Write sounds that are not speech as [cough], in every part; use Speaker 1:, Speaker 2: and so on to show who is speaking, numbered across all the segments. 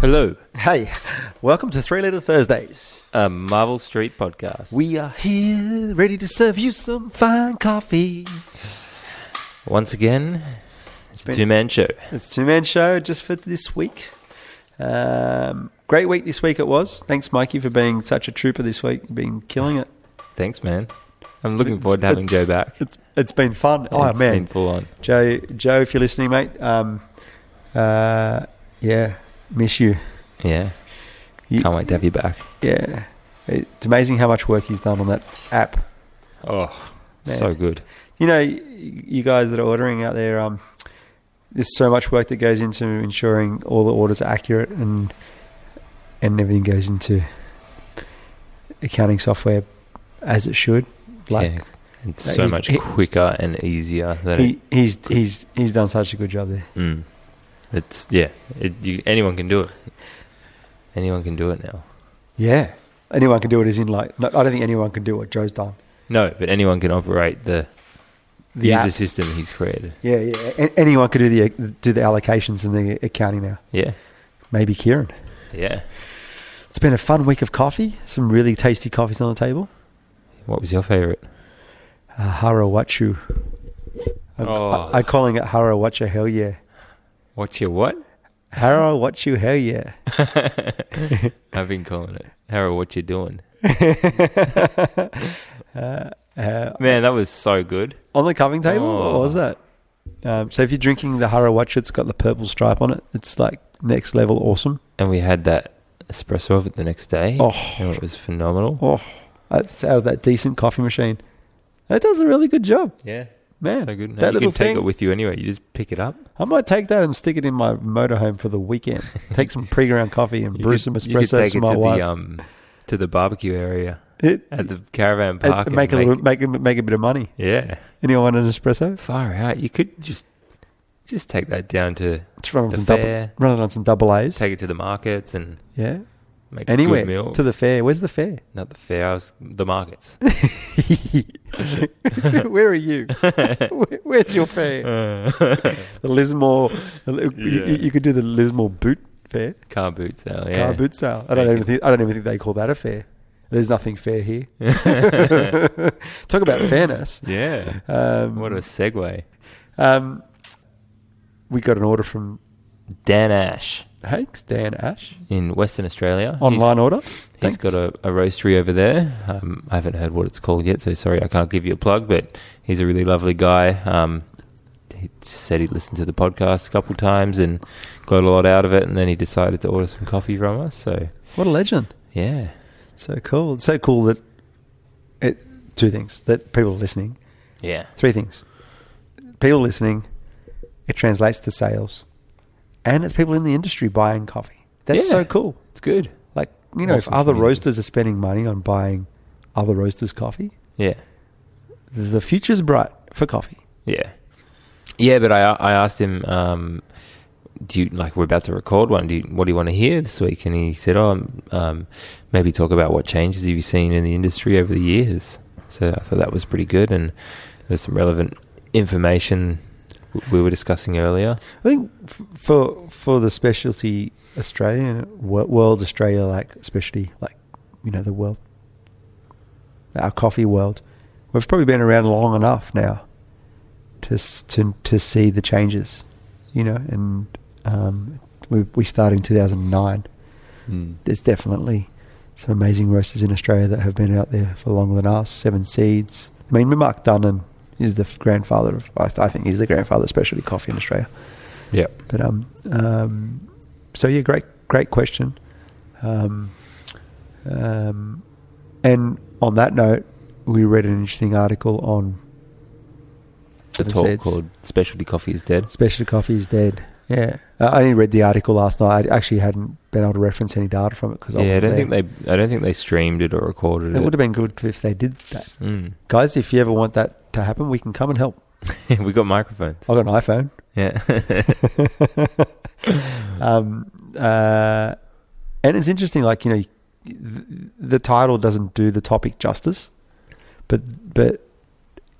Speaker 1: Hello,
Speaker 2: Hey, welcome to Three Letter Thursdays.
Speaker 1: a Marvel Street podcast.
Speaker 2: We are here ready to serve you some fine coffee.
Speaker 1: Once again, it's a
Speaker 2: Been-
Speaker 1: two man show.
Speaker 2: It's a two man show just for this week. Um, great week this week it was. Thanks, Mikey, for being such a trooper this week, being killing it.
Speaker 1: Thanks, man. I'm looking
Speaker 2: it's-
Speaker 1: forward to having Joe back.
Speaker 2: It's it's been fun. [laughs] Oh
Speaker 1: It's
Speaker 2: man,
Speaker 1: been full on.
Speaker 2: Joe, Joe, if you're listening, mate, um, uh, yeah, miss you.
Speaker 1: Yeah,
Speaker 2: You-
Speaker 1: can't wait to have you back.
Speaker 2: Yeah, it's amazing how much work he's done on that app.
Speaker 1: Oh,
Speaker 2: Man.
Speaker 1: so good.
Speaker 2: you know, you guys that are ordering out there, um, there's so much work that goes into ensuring all the orders are accurate and and everything goes into accounting software as it should. Like
Speaker 1: yeah, it's
Speaker 2: No,
Speaker 1: so
Speaker 2: he's-
Speaker 1: much
Speaker 2: he-
Speaker 1: quicker and easier than
Speaker 2: he, he's he's he's done such a good job there.
Speaker 1: it, mm, it's. Yeah, it, you, anyone can do it. Anyone can do it now.
Speaker 2: Yeah, anyone can do it. As in, like, no, I don't think anyone can do what Joe's done.
Speaker 1: No, but anyone can operate the,
Speaker 2: The
Speaker 1: user
Speaker 2: app.
Speaker 1: system he's created.
Speaker 2: Yeah, yeah. A- anyone could do the do the allocations and the accounting now.
Speaker 1: Yeah,
Speaker 2: Maybe Kieran.
Speaker 1: yeah.
Speaker 2: It's been a fun week of coffee. Some really tasty coffees on the table.
Speaker 1: What was your favorite?
Speaker 2: Uh, Harawachu. I'm,
Speaker 1: Oh.
Speaker 2: I, am calling it Harawachu, hell yeah.
Speaker 1: What's your what?
Speaker 2: Harawachu, hell
Speaker 1: [laughs]
Speaker 2: yeah.
Speaker 1: I've been calling it. Harold, what you doing?
Speaker 2: uh, uh,
Speaker 1: Man, that was so good.
Speaker 2: on the covering table?
Speaker 1: Oh.
Speaker 2: What was that? Um, so if you're drinking the Harawachu, it's got the purple stripe on it. It's like next level awesome.
Speaker 1: And we had that espresso of it the next day.
Speaker 2: Oh.
Speaker 1: And it was phenomenal.
Speaker 2: Oh, it's out of that decent coffee machine. It does a really good job,
Speaker 1: Yeah.
Speaker 2: man.
Speaker 1: so good. And
Speaker 2: that
Speaker 1: you
Speaker 2: little
Speaker 1: can take
Speaker 2: thing-
Speaker 1: it with you anyway. You just pick it up.
Speaker 2: I might take that and stick it in my motorhome for the weekend. Take some pre-ground coffee and
Speaker 1: [laughs] You
Speaker 2: brew
Speaker 1: could-
Speaker 2: some
Speaker 1: You could
Speaker 2: espresso
Speaker 1: take
Speaker 2: for
Speaker 1: it
Speaker 2: my
Speaker 1: to
Speaker 2: wife.
Speaker 1: the, um, to the barbecue area
Speaker 2: It-
Speaker 1: at the caravan
Speaker 2: and-
Speaker 1: park.
Speaker 2: and make a little, make a- make a bit of money.
Speaker 1: Yeah.
Speaker 2: Anyone want an espresso?
Speaker 1: Far out. You could just just take that down to
Speaker 2: Just run on
Speaker 1: the
Speaker 2: some double,
Speaker 1: fair,
Speaker 2: run it on some double A's.
Speaker 1: take it to the markets and
Speaker 2: yeah,
Speaker 1: make some good
Speaker 2: anywhere
Speaker 1: milk.
Speaker 2: to the fair. Where's the [laughs] fair?
Speaker 1: Not the fair, I was, the
Speaker 2: [laughs]
Speaker 1: markets. [laughs]
Speaker 2: Where are you? Where- Where's
Speaker 1: [laughs]
Speaker 2: your fair? The Lismore. You,
Speaker 1: Yeah.
Speaker 2: you could do the Lismore boot fair,
Speaker 1: Car boot sale, yeah.
Speaker 2: car boot sale. I don't
Speaker 1: Yeah.
Speaker 2: even think I don't even think they call that a fair. There's nothing
Speaker 1: [laughs]
Speaker 2: fair here. [laughs] Talk about fairness.
Speaker 1: [laughs] Yeah.
Speaker 2: Um,
Speaker 1: What a segue.
Speaker 2: um, we got an order from
Speaker 1: Dan Ash
Speaker 2: Hanks Dan Ash
Speaker 1: in Western Australia.
Speaker 2: online order.
Speaker 1: he's got a, a roastery over there. Um, I haven't heard what it's called yet, so sorry I can't give you a plug, but he's a really lovely guy. Um, he said he'd listened to the podcast a couple times and got a lot out of it, and then he decided to order some coffee from us. So,
Speaker 2: what a legend.
Speaker 1: yeah.
Speaker 2: So cool. It's so cool that it two things that people are listening.
Speaker 1: Yeah.
Speaker 2: Three things. People listening, it translates to sales. And it's people in the industry buying coffee. That's
Speaker 1: Yeah.
Speaker 2: so cool.
Speaker 1: It's good.
Speaker 2: Like, you know,
Speaker 1: Awesome
Speaker 2: if other
Speaker 1: community.
Speaker 2: roasters are spending money on buying other roasters' coffee,
Speaker 1: Yeah.
Speaker 2: the future's bright for coffee.
Speaker 1: Yeah, yeah. But I I asked him, um, do you like we're about to record one? Do you, what do you want to hear this week? And he said, oh, um, maybe talk about what changes have you seen in the industry over the years. So I thought that was pretty good, and there's some relevant information w- we were discussing earlier.
Speaker 2: I think f- for for the specialty Australian wo- world Australia like specialty like you know the world our coffee world we've probably been around long enough now to s- to to see the changes you know and um, we we started in 2009 there's definitely some amazing roasters in Australia that have been out there for longer than us Seven Seeds I mean Mark Dunnan is the f- grandfather of I, th- I think he's the grandfather of specialty coffee in Australia
Speaker 1: Yeah,
Speaker 2: but um, um, so yeah, great, great question. Um, um, and on that note, we read an interesting article on
Speaker 1: the
Speaker 2: Seven
Speaker 1: talk
Speaker 2: Seeds.
Speaker 1: called "Specialty Coffee is Dead."
Speaker 2: specialty coffee is dead. Yeah, I I only read the article last night. I actually hadn't been able to reference any data from it because
Speaker 1: Yeah, I don't think they I don't think they streamed it or recorded
Speaker 2: It would
Speaker 1: it.
Speaker 2: have been good if they did that,
Speaker 1: Mm.
Speaker 2: guys. If you ever want that to happen, we can come and help.
Speaker 1: [laughs] we got microphones.
Speaker 2: I've got an iPhone.
Speaker 1: [laughs] Yeah,
Speaker 2: [laughs] um, uh, and it's interesting, like you know, the, the title doesn't do the topic justice, but but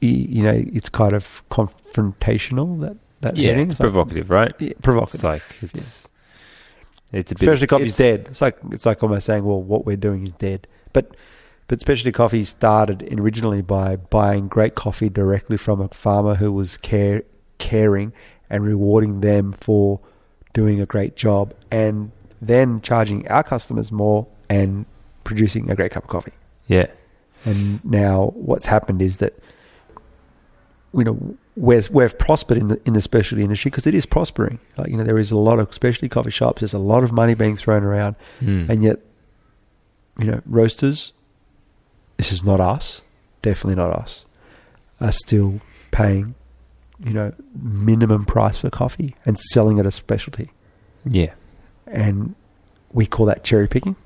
Speaker 2: y- you know, it's kind of confrontational. That that
Speaker 1: yeah.
Speaker 2: heading.
Speaker 1: It's
Speaker 2: like-
Speaker 1: provocative, right?
Speaker 2: yeah, provocative.
Speaker 1: It's like it's It's a bit
Speaker 2: specialty coffee's
Speaker 1: it's-
Speaker 2: dead. It's like it's like almost saying, well, what we're doing is dead. But but specialty coffee started originally by buying great coffee directly from a farmer who was care caring and rewarding them for doing a great job, and then charging our customers more and producing a great cup of coffee.
Speaker 1: Yeah,
Speaker 2: And now what's happened is that you know we're, we've prospered in the in the specialty industry because it is prospering. Like you know there is a lot of specialty coffee shops. There's a lot of money being thrown around,
Speaker 1: Mm.
Speaker 2: and yet you know roasters. This is not us. Definitely not us. Are still paying you know minimum price for coffee and selling it as specialty
Speaker 1: yeah,
Speaker 2: and we call that cherry picking.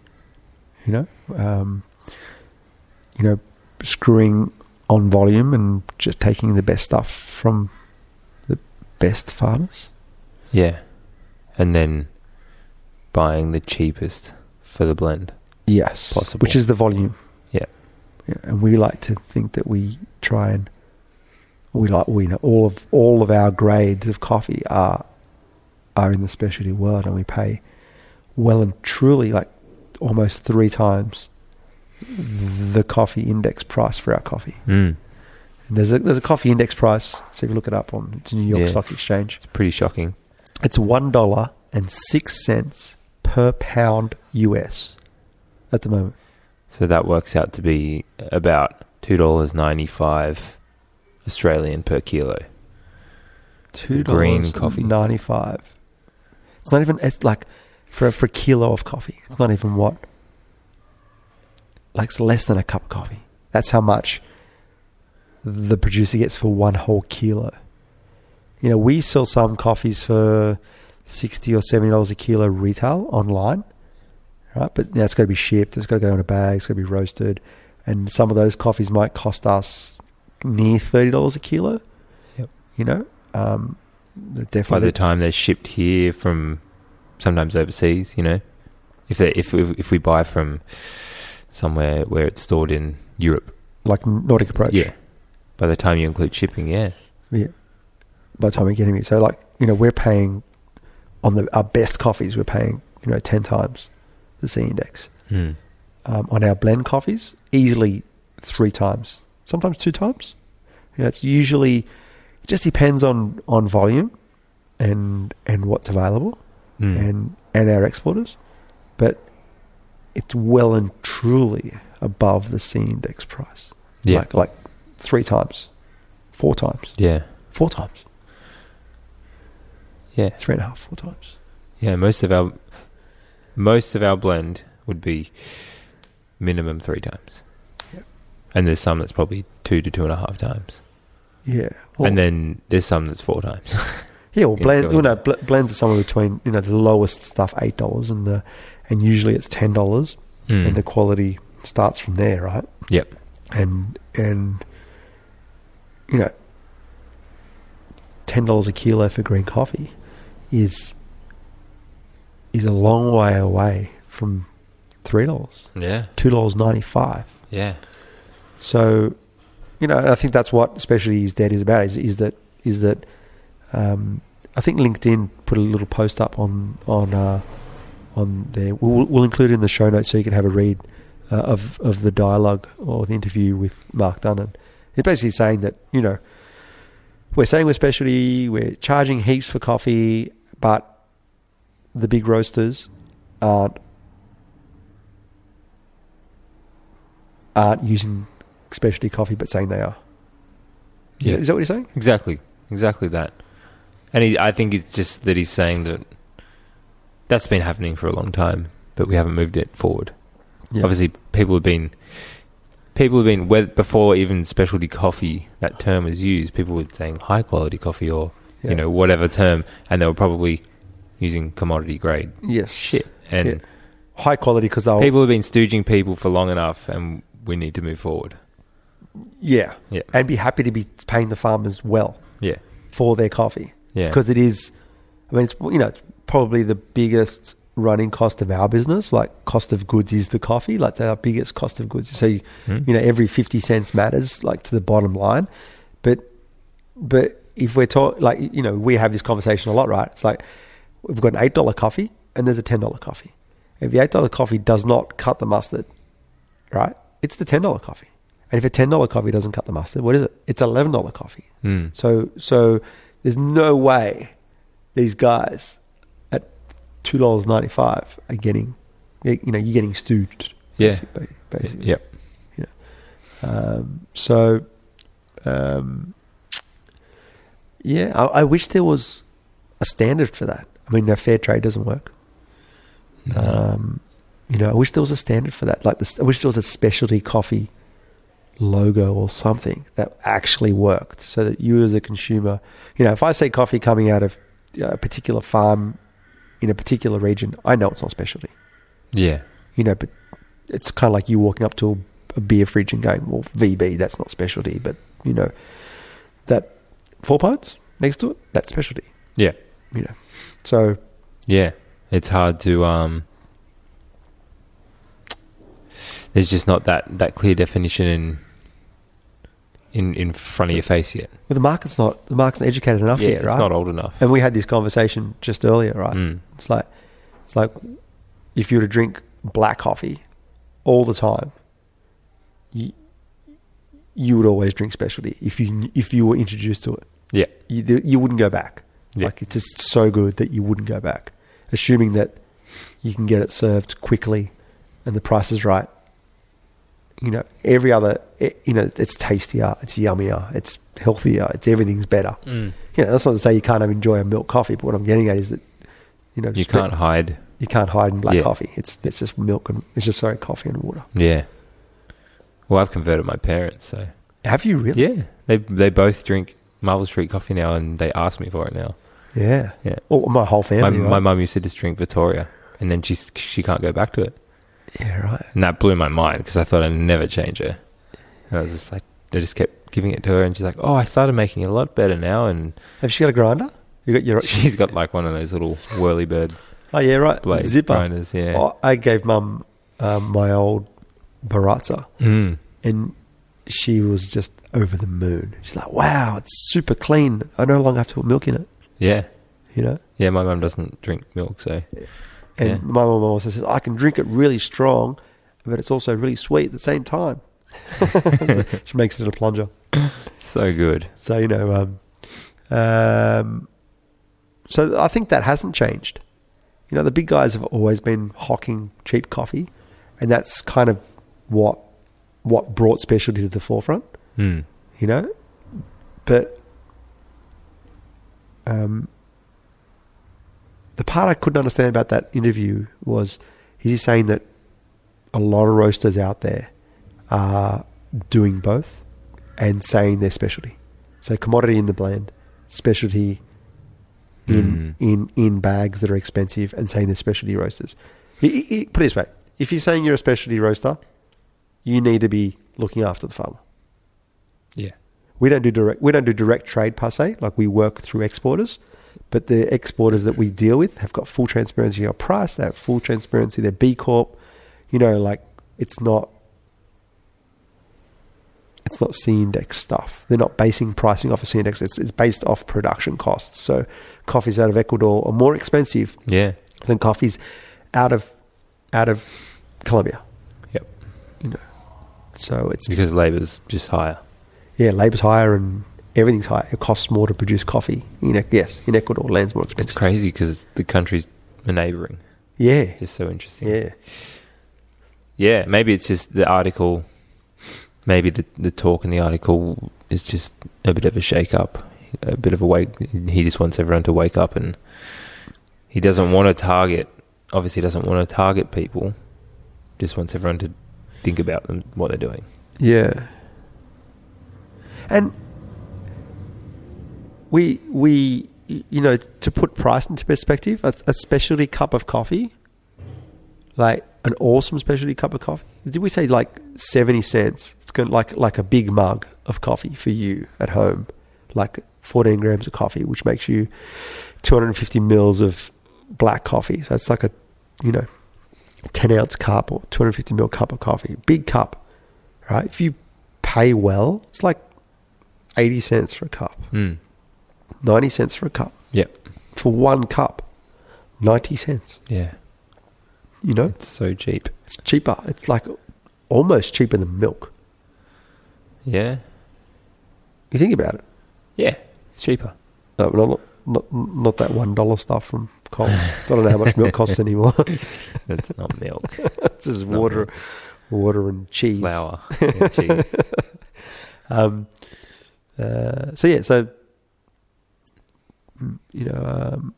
Speaker 2: You know, um, you know, screwing on volume and just taking the best stuff from the best farmers.
Speaker 1: yeah, and then buying the cheapest for the blend.
Speaker 2: Yes,
Speaker 1: Possible.
Speaker 2: Which is the volume.
Speaker 1: Yeah.
Speaker 2: Yeah, and we like to think that we try and we like we know all of all of our grades of coffee are are in the specialty world, and we pay well and truly like almost three times the coffee index price for our coffee.
Speaker 1: Mm.
Speaker 2: And there's a there's a coffee index price. So if you look it up on it's the New York
Speaker 1: Yeah.
Speaker 2: Stock Exchange,
Speaker 1: It's pretty shocking.
Speaker 2: it's one dollar and six cents per pound US at the moment.
Speaker 1: So that works out to be about two dollars ninety five Australian per kilo.
Speaker 2: two
Speaker 1: Green coffee.
Speaker 2: ninety five. It's not even. It's like for for a kilo of coffee. It's not even what. Like it's less than a cup of coffee. That's how much the producer gets for one whole kilo. You know, we sell some coffees for sixty or seventy dollars a kilo retail online, right? But that's got to be shipped. It's got to go in a bag. It's got to be roasted, and some of those coffees might cost us near thirty dollars a kilo.
Speaker 1: Yep.
Speaker 2: You know, um, they're
Speaker 1: By
Speaker 2: definitely
Speaker 1: the time they're shipped here from sometimes overseas, you know, if they if if, if we buy from somewhere where it's stored in Europe,
Speaker 2: like Nordic approach.
Speaker 1: yeah. By the time you include shipping, yeah,
Speaker 2: By the time we're getting it, so like you know, we're paying on the our best coffees. We're paying you know ten times the C index
Speaker 1: mm.
Speaker 2: um, on our blend coffees, easily three times, sometimes two times. You know, it's usually it just depends on on volume and and what's available.
Speaker 1: Mm.
Speaker 2: and and our exporters, but it's well and truly above the C index price.
Speaker 1: yeah,
Speaker 2: Like like three times, four times,
Speaker 1: yeah,
Speaker 2: four times,
Speaker 1: yeah.
Speaker 2: three and a half, four times.
Speaker 1: Yeah, most of our most of our blend would be minimum three times.
Speaker 2: Yep.
Speaker 1: And there's some that's probably two to two and a half times.
Speaker 2: Yeah. Well,
Speaker 1: and then there's some that's four times. [laughs]
Speaker 2: yeah, well,
Speaker 1: Yeah,
Speaker 2: blend,
Speaker 1: go
Speaker 2: well,
Speaker 1: on.
Speaker 2: no, bl- blends are somewhere between you know the lowest stuff eight dollars and the and usually it's ten dollars
Speaker 1: Mm.
Speaker 2: and the quality starts from there, right?
Speaker 1: Yep.
Speaker 2: And and you know, ten dollars a kilo for green coffee is is a long way away from three dollars,
Speaker 1: yeah,
Speaker 2: two dollars ninety five.
Speaker 1: yeah,
Speaker 2: So, you know, and I think that's what specialty is dead is about is is that is that um, I think LinkedIn put a little post up on on uh, on there. We'll, we'll include it in the show notes so you can have a read uh, of of the dialogue or the interview with Mark Dunnan. It's basically saying that you know we're saying we're specialty, we're charging heaps for coffee, but the big roasters aren't aren't using specialty coffee, but saying they are. Is,
Speaker 1: Yeah.
Speaker 2: that, is that what you're saying?
Speaker 1: exactly, exactly that. And he, I think it's just that he's saying that that's been happening for a long time, but we haven't moved it forward.
Speaker 2: Yeah.
Speaker 1: Obviously, people have been people have been whe- before even specialty coffee that term was used. People were saying high quality coffee or
Speaker 2: Yeah.
Speaker 1: you know, whatever term, and they were probably using commodity grade
Speaker 2: yes,
Speaker 1: shit. And
Speaker 2: high quality because they'll
Speaker 1: people have been stooging people for long enough, and we need to move forward.
Speaker 2: yeah
Speaker 1: Yeah.
Speaker 2: and be happy to be paying the farmers well
Speaker 1: Yeah,
Speaker 2: for their coffee
Speaker 1: yeah,
Speaker 2: because it is. I mean, it's you know it's probably the biggest running cost of our business. Like cost of goods is the coffee. Like our biggest cost of goods. So you,
Speaker 1: Mm.
Speaker 2: you know every 50 cents matters like to the bottom line but but if we're talking like you know we have this conversation a lot right it's like we've got an eight dollar coffee and there's a ten dollar coffee. If the eight dollar coffee does not cut the mustard, right? It's the ten dollar coffee. And if a ten dollar coffee doesn't cut the mustard, what is it? It's eleven dollar coffee.
Speaker 1: Mm.
Speaker 2: So so there's no way these guys at two dollars ninety five are getting you know you're getting stooged.
Speaker 1: Yeah.
Speaker 2: basi- ba- Basically.
Speaker 1: Yep.
Speaker 2: Um, so um, yeah, I, I wish there was a standard for that. I mean, no, fair trade doesn't work.
Speaker 1: No.
Speaker 2: Um, you know, I wish there was a standard for that. Like, this, I wish there was a specialty coffee logo or something that actually worked, so that you as a consumer, you know, if I see coffee coming out of uh, a particular farm in a particular region, I know it's not specialty.
Speaker 1: yeah.
Speaker 2: You know, but it's kind of like you walking up to a, a beer fridge and going, "Well, VB, that's not specialty," but you know, that four pints next to it, that's specialty.
Speaker 1: Yeah.
Speaker 2: You know, so
Speaker 1: Yeah. It's hard to um there's just not that, that clear definition in in in front of your face yet.
Speaker 2: well, the market's not the market's not educated enough
Speaker 1: yeah,
Speaker 2: yet,
Speaker 1: it's
Speaker 2: right?
Speaker 1: not old enough.
Speaker 2: And we had this conversation just earlier, right?
Speaker 1: Mm.
Speaker 2: It's like it's like if you were to drink black coffee all the time, you you would always drink specialty if you if you were introduced to it.
Speaker 1: Yeah.
Speaker 2: you th- you wouldn't go back.
Speaker 1: Yeah.
Speaker 2: Like it's just so good that you wouldn't go back, assuming that you can get it served quickly and the price is right. You know, every other, eh, you know, it's tastier, it's yummier, it's healthier, it's everything's better
Speaker 1: Mm.
Speaker 2: you know, that's not to say you can't have enjoy a milk coffee, but what I'm getting at is that you know
Speaker 1: You
Speaker 2: spe-
Speaker 1: can't hide.
Speaker 2: you can't hide in black
Speaker 1: Yeah.
Speaker 2: coffee. It's it's just milk and it's just sorry coffee and water.
Speaker 1: Yeah. Well, I've converted my parents, so
Speaker 2: Have you really?
Speaker 1: yeah, they they both drink Marvel Street coffee now, and they ask me for it now.
Speaker 2: Yeah.
Speaker 1: Yeah.
Speaker 2: Well, my whole
Speaker 1: My
Speaker 2: family.
Speaker 1: my
Speaker 2: right?
Speaker 1: mum used to just drink Victoria, and then she she can't go back to it,
Speaker 2: yeah. Right.
Speaker 1: and that blew my mind because I thought I'd never change her. And I was just like, I just kept giving it to her, and she's like, "Oh, I started making it a lot better now." And [laughs]
Speaker 2: Have she got a grinder? You got your.
Speaker 1: she's got like one of those little whirly bird
Speaker 2: Oh yeah. Right.
Speaker 1: blade
Speaker 2: Zipper.
Speaker 1: grinders, yeah.
Speaker 2: Oh, I gave mum um, my old Baratza,
Speaker 1: Mm.
Speaker 2: and she was just over the moon. She's like, "Wow, it's super clean. I no longer have to put milk in it."
Speaker 1: Yeah,
Speaker 2: You know.
Speaker 1: yeah. My mum doesn't drink milk, so
Speaker 2: And
Speaker 1: Yeah.
Speaker 2: my mum also says, I can drink it really strong, but it's also really sweet at the same time. [laughs] she makes it a plunger.
Speaker 1: so good.
Speaker 2: So, you know, um, um, so I think that hasn't changed. You know, the big guys have always been hawking cheap coffee, and that's kind of what what brought specialty to the forefront,
Speaker 1: Mm.
Speaker 2: you know? But um, the part I couldn't understand about that interview was he's just saying that a lot of roasters out there are doing both and saying their specialty. So commodity in the blend, specialty in in in bags that are expensive, and saying they're specialty roasters. He- he- he- put it this way: if you're saying you're a specialty roaster, you need to be looking after the farmer.
Speaker 1: Yeah.
Speaker 2: We don't do direct we don't do direct trade per se, like we work through exporters, but the exporters that we deal with have got full transparency on price, they have full transparency, they're B Corp, you know, like it's not it's not C index stuff. They're not basing pricing off a C index. It's, it's based off production costs. So coffees out of Ecuador are more expensive
Speaker 1: Yeah,
Speaker 2: than coffees out of out of Colombia.
Speaker 1: Yep.
Speaker 2: You know. So it's
Speaker 1: because labour's just higher.
Speaker 2: yeah, labour's higher and everything's higher. It costs more to produce coffee. In E- yes, in Ecuador, land's more
Speaker 1: It's
Speaker 2: expensive.
Speaker 1: crazy because the countries are neighbouring.
Speaker 2: yeah,
Speaker 1: Just so interesting.
Speaker 2: yeah,
Speaker 1: Yeah, maybe it's just the article. Maybe the the talk in the article is just a bit of a shake up, a bit of a wake. He just wants everyone to wake up, and he doesn't want to target. Obviously, doesn't want to target people. Just wants everyone to think about them what they're doing.
Speaker 2: yeah. And we we y- you know to put price into perspective, a, a specialty cup of coffee, like an awesome specialty cup of coffee. Did we say like seventy cents? It's going like like a big mug of coffee for you at home, like fourteen grams of coffee, which makes you 250 mils of black coffee. So it's like a, you know, 10 ounce cup or 250 mil cup of coffee. Big cup, right? If you pay well, it's like 80 cents for a cup,
Speaker 1: Mm.
Speaker 2: 90 cents for a cup.
Speaker 1: Yep.
Speaker 2: For one cup. 90 cents.
Speaker 1: Yeah,
Speaker 2: You know,
Speaker 1: it's so cheap.
Speaker 2: it's cheaper. It's like almost cheaper than milk.
Speaker 1: Yeah,
Speaker 2: You think about it.
Speaker 1: yeah, it's cheaper.
Speaker 2: No, not, not, not that $1 stuff from Coles. I don't know how
Speaker 1: [laughs]
Speaker 2: much milk costs anymore. [laughs]
Speaker 1: It's not milk,
Speaker 2: it's just
Speaker 1: not
Speaker 2: water, water and
Speaker 1: [laughs]
Speaker 2: cheese.
Speaker 1: flour, and cheese.
Speaker 2: Um, uh, so yeah, so mm, you know, um,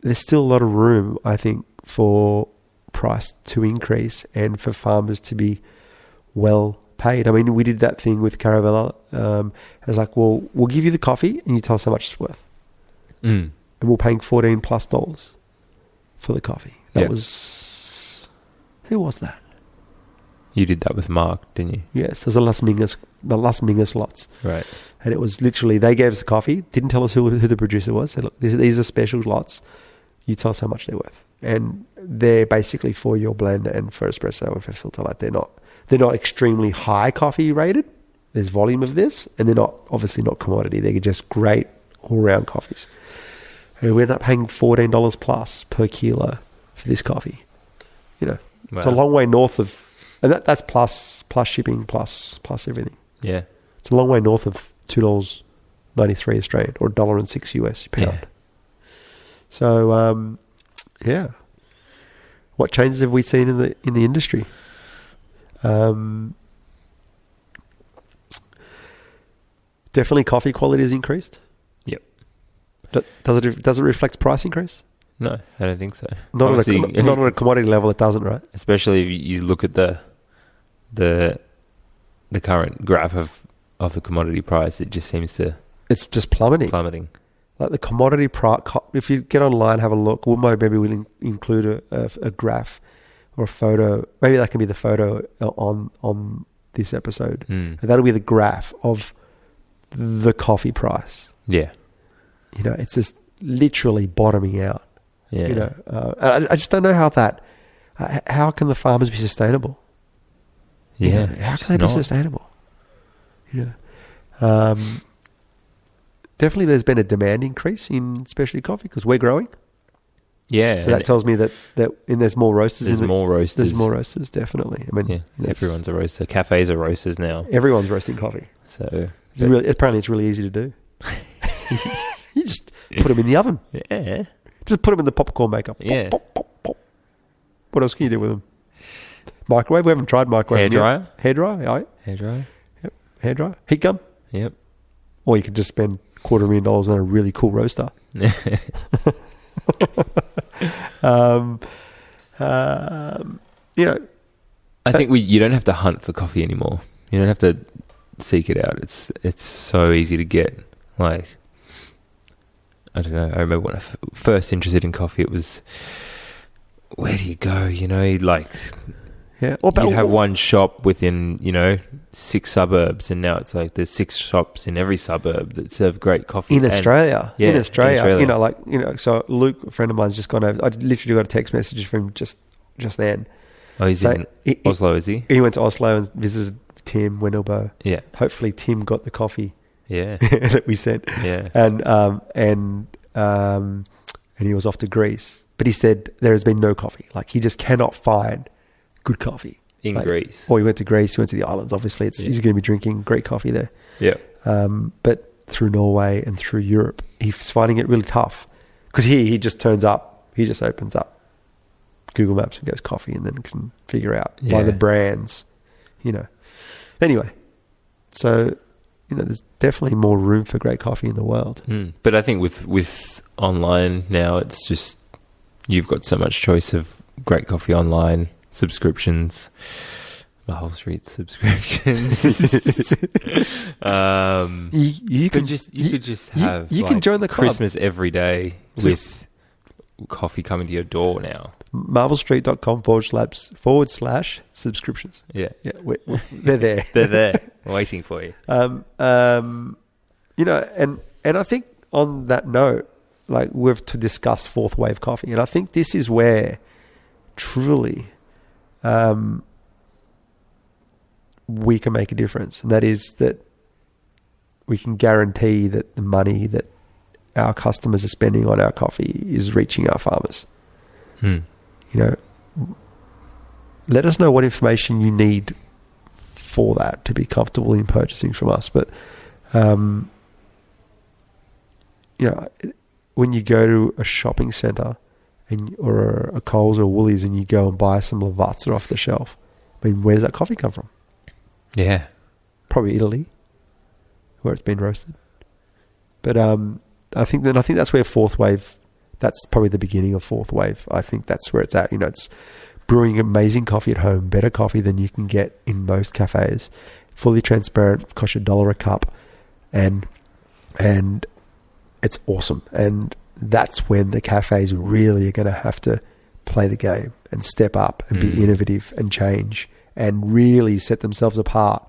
Speaker 2: there's still a lot of room, I think, for price to increase and for farmers to be well paid. I mean, we did that thing with Caravella. Um, it was like, well, we'll give you the coffee and you tell us how much it's worth,
Speaker 1: [laughs] Mm.
Speaker 2: and we're paying fourteen plus dollars for the coffee. That
Speaker 1: Yeah.
Speaker 2: was who was that?
Speaker 1: You did that with Mark, didn't you?
Speaker 2: Yes, it was the Las Mingas, the Las Mingas lots.
Speaker 1: Right.
Speaker 2: And it was literally, they gave us the coffee, didn't tell us who, who the producer was. Said, look, these, these are special lots. You tell us how much they're worth. And they're basically for your blend and for espresso and for filter. Like they're not, they're not extremely high coffee rated. There's volume of this and they're not, obviously not commodity. They're just great all round coffees. And we ended up paying $14 plus per kilo for this coffee. You know, it's a
Speaker 1: Wow.
Speaker 2: long way north of, and that, that's plus, plus shipping, plus, plus everything.
Speaker 1: Yeah.
Speaker 2: It's a long way north of two dollars ninety three Australian or dollar and six US pound.
Speaker 1: Yeah.
Speaker 2: So um, yeah, what changes have we seen in the in the industry? Um, definitely, coffee quality has increased.
Speaker 1: Yep.
Speaker 2: Do- Does it does it reflect price increase?
Speaker 1: No, I don't think so.
Speaker 2: Not at, a,
Speaker 1: Obviously-
Speaker 2: not
Speaker 1: [laughs]
Speaker 2: at a commodity level, it doesn't, right?
Speaker 1: especially if you you look at the the the current graph of of the commodity price, it just seems to
Speaker 2: It's just plummeting.
Speaker 1: plummeting.
Speaker 2: like the commodity price. If you get online, have a look. We'll maybe we'll in- include a, a, a graph or a photo. Maybe that can be the photo uh, on on this episode.
Speaker 1: Mm.
Speaker 2: And that'll be the graph of the coffee price.
Speaker 1: Yeah,
Speaker 2: You know, it's just literally bottoming out.
Speaker 1: yeah,
Speaker 2: You know, uh, and I, I just don't know how that. Uh, how can the farmers be sustainable? You
Speaker 1: yeah.
Speaker 2: know, how
Speaker 1: it's
Speaker 2: can they be
Speaker 1: not.
Speaker 2: sustainable? You know, um, definitely there's been a demand increase in specialty coffee because we're growing.
Speaker 1: Yeah,
Speaker 2: So that tells me that that and there's more roasters.
Speaker 1: there's
Speaker 2: in the,
Speaker 1: more roasters.
Speaker 2: There's more roasters, definitely. I mean,
Speaker 1: Yeah,
Speaker 2: you know, it's-
Speaker 1: everyone's a roaster. Cafes are roasters now.
Speaker 2: everyone's roasting coffee.
Speaker 1: So
Speaker 2: It's
Speaker 1: Yeah.
Speaker 2: really, apparently, it's really easy
Speaker 1: [laughs]
Speaker 2: to do. you just put them in the oven.
Speaker 1: yeah,
Speaker 2: Just put them in the popcorn maker. Pop,
Speaker 1: Yeah.
Speaker 2: pop, pop, pop. What else can you do with them? Microwave. We haven't tried
Speaker 1: hair
Speaker 2: microwave.
Speaker 1: dryer,
Speaker 2: Hair dryer. Yeah.
Speaker 1: hair dryer.
Speaker 2: Hair dryer. Heat gun.
Speaker 1: Yep.
Speaker 2: Or you could just spend quarter million dollars on a really
Speaker 1: [laughs]
Speaker 2: cool roaster. [laughs] um, um, you know,
Speaker 1: I think we you don't have to hunt for coffee anymore. You don't have to seek it out. It's it's so easy to get. Like I don't know. I remember when I f- first interested in coffee, it was where do you go? You know, you'd like
Speaker 2: yeah. Or,
Speaker 1: you'd have one shop within you know six suburbs, and now it's like there's six shops in every suburb that serve great coffee
Speaker 2: in
Speaker 1: and-
Speaker 2: Australia,
Speaker 1: Yeah,
Speaker 2: in
Speaker 1: in
Speaker 2: Australia,
Speaker 1: Australia.
Speaker 2: you know, like you know, so Luke, a friend of mine's just gone over. I literally got a text message from him just just then.
Speaker 1: Oh, he's
Speaker 2: So
Speaker 1: in
Speaker 2: he, he-
Speaker 1: Oslo, is he?
Speaker 2: he went to Oslo and visited Tim Winnelbo.
Speaker 1: Yeah,
Speaker 2: Hopefully, Tim got the coffee [laughs]
Speaker 1: yeah,
Speaker 2: that we sent,
Speaker 1: yeah.
Speaker 2: and um and um and he was off to Greece. But he said there has been no coffee. Like he just cannot find good coffee.
Speaker 1: In
Speaker 2: Like-
Speaker 1: Greece.
Speaker 2: Or he went to Greece. He went to the islands. Obviously, it's
Speaker 1: Yeah.
Speaker 2: he's going to be drinking great coffee there.
Speaker 1: Yeah,
Speaker 2: um, but through Norway and through Europe, he's finding it really tough because here he just turns up, he just opens up Google Maps and goes coffee, and then can figure out by
Speaker 1: Yeah.
Speaker 2: the brands, you know. Anyway, so you know, there's definitely more room for great coffee in the world.
Speaker 1: Mm. But I think with with online now, it's just you've got so much choice of great coffee online subscriptions, the whole street subscriptions. [laughs] um,
Speaker 2: You, you
Speaker 1: you
Speaker 2: can
Speaker 1: could just you, could just
Speaker 2: you-
Speaker 1: have
Speaker 2: you can
Speaker 1: like,
Speaker 2: join the club.
Speaker 1: Christmas every day
Speaker 2: So-
Speaker 1: with coffee coming to your door now.
Speaker 2: marvelstreet.com forward slash forward slash subscriptions.
Speaker 1: Yeah,
Speaker 2: Yeah, we we- they're there.
Speaker 1: [laughs] they're there waiting for you.
Speaker 2: um, um, you know, and and I think on that note, like we've to discuss fourth wave coffee, and I think this is where truly um, we can make a difference, and that is that we can guarantee that the money that our customers are spending on our coffee is reaching our farmers.
Speaker 1: Hmm.
Speaker 2: you know, let us know what information you need for that to be comfortable in purchasing from us. But, um, you know, when you go to a shopping center and or a Coles or Woolies and you go and buy some Lavazza off the shelf, I mean, where's that coffee come from?
Speaker 1: Yeah.
Speaker 2: Probably Italy, where it's been roasted. But um, I think then I think that's where fourth wave. That's probably the beginning of fourth wave. I think that's where it's at. You know, it's brewing amazing coffee at home, better coffee than you can get in most cafes, fully transparent, costs you a dollar a cup, and and it's awesome. And that's when the cafes really are going to have to play the game and step up and
Speaker 1: Mm.
Speaker 2: be innovative and change and really set themselves apart.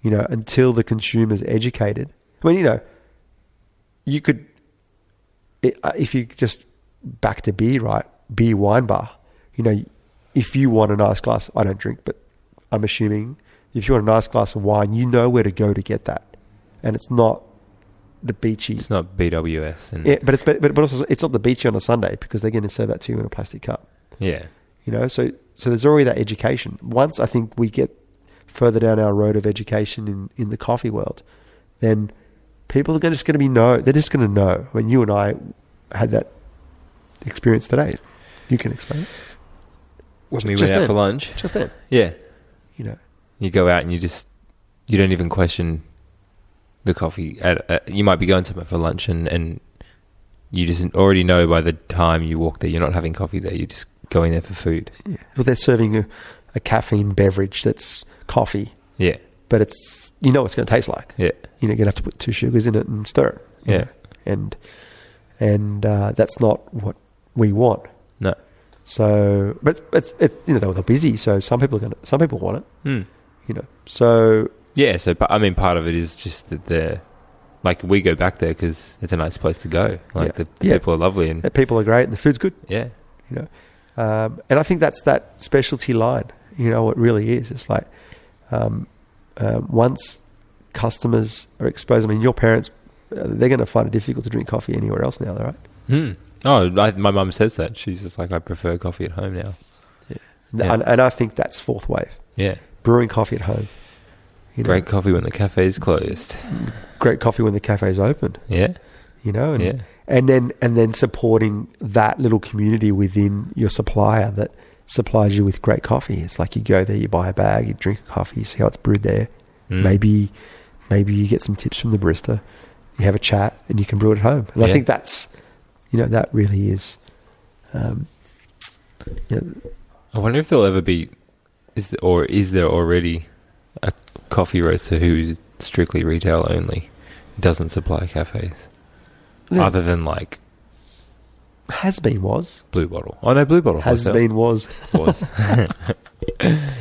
Speaker 2: You know, until the consumer's educated. I mean, you know, you could it, uh, if you just back to beer, right? Beer wine bar. You know, if you want a nice glass, I don't drink, but I'm assuming if you want a nice glass of wine, you know where to go to get that, and it's not the beachy.
Speaker 1: It's not BWS and
Speaker 2: Yeah, but it's but, but also it's not the beachy on a Sunday because they're going to serve that to you in a plastic cup.
Speaker 1: yeah.
Speaker 2: You know, so so there's already that education. Once I think we get further down our road of education in, in the coffee world, then people are gonna- just going to be know. They're just going to know. I mean, you and I had that experience today. You can explain it
Speaker 1: When we
Speaker 2: Just
Speaker 1: went out
Speaker 2: then.
Speaker 1: for lunch.
Speaker 2: just then.
Speaker 1: Yeah.
Speaker 2: You know,
Speaker 1: You go out and you just you don't even question the coffee. At, at, you might be going somewhere for lunch and and you just already know by the time you walk there you're not having coffee there. You're just going there for food.
Speaker 2: yeah. well, they're serving a, a caffeine beverage that's coffee,
Speaker 1: Yeah.
Speaker 2: but it's you know what it's going to taste like.
Speaker 1: Yeah.
Speaker 2: you know, you're going to have to put two sugars in it and stir it. you
Speaker 1: Yeah.
Speaker 2: know. and and uh, that's not what we want.
Speaker 1: No.
Speaker 2: So, but it's, it's, it's you know they're, they're busy, so some people are going to some people want it,
Speaker 1: Hmm.
Speaker 2: you know. So
Speaker 1: Yeah, so pa- I mean, part of it is just that they're like we go back there because it's a nice place to go. Like the, the
Speaker 2: Yeah.
Speaker 1: people are lovely and
Speaker 2: uh, people are great, and the food's good,
Speaker 1: yeah,
Speaker 2: you know. Um, and I think that's that specialty line. You know, it really is. It's like um, um, once customers are exposed. I mean, your parents, uh, they're going to find it difficult to drink coffee anywhere else now, right?
Speaker 1: Hmm. Oh, I, my mum says that. She's just like, I prefer coffee at home now. Yeah.
Speaker 2: And, and I think that's fourth wave.
Speaker 1: Yeah.
Speaker 2: brewing coffee at home. You know,
Speaker 1: Great coffee when the cafe's closed.
Speaker 2: great coffee when the cafe's open.
Speaker 1: Yeah.
Speaker 2: You know, and,
Speaker 1: Yeah.
Speaker 2: and then and then supporting that little community within your supplier that supplies you with great coffee. It's like you go there, you buy a bag, you drink a coffee, you see how it's brewed there.
Speaker 1: Mm.
Speaker 2: Maybe maybe you get some tips from the barista. You have a chat, and you can brew it at home. And I
Speaker 1: Yeah.
Speaker 2: think that's you know that really is. Um, you know,
Speaker 1: I wonder if there'll ever be, is there, or is there already a coffee roaster who's strictly retail only, doesn't supply cafes,
Speaker 2: Yeah.
Speaker 1: other than like
Speaker 2: has been was
Speaker 1: Blue Bottle. Oh no, Blue Bottle
Speaker 2: has
Speaker 1: wholesale
Speaker 2: been was
Speaker 1: was. [laughs]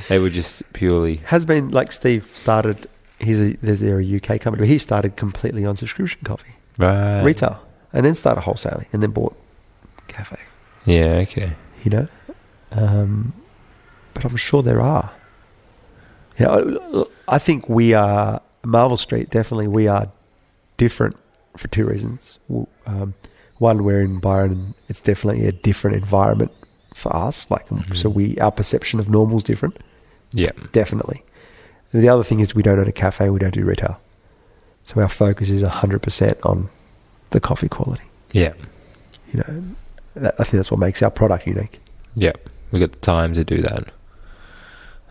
Speaker 1: they were just purely
Speaker 2: has been like Steve started. He's a, there's there a UK company, but he started completely on subscription coffee
Speaker 1: right.
Speaker 2: retail, and then started wholesaling, and then bought cafe.
Speaker 1: Yeah. Okay.
Speaker 2: You know, um, but I'm sure there are. You know, I I think we are Marvel Street. Definitely, we are different for two reasons. W- Um, one, we're in Byron. It's definitely a different environment for us. Like, um,
Speaker 1: Mhm.
Speaker 2: so we our perception of normal is different.
Speaker 1: Yeah.
Speaker 2: Definitely. The other thing is we don't own a cafe, we don't do retail. So our focus is 100% on the coffee quality.
Speaker 1: Yeah.
Speaker 2: You know, that, I think that's what makes our product unique.
Speaker 1: Yeah, we got the time to do that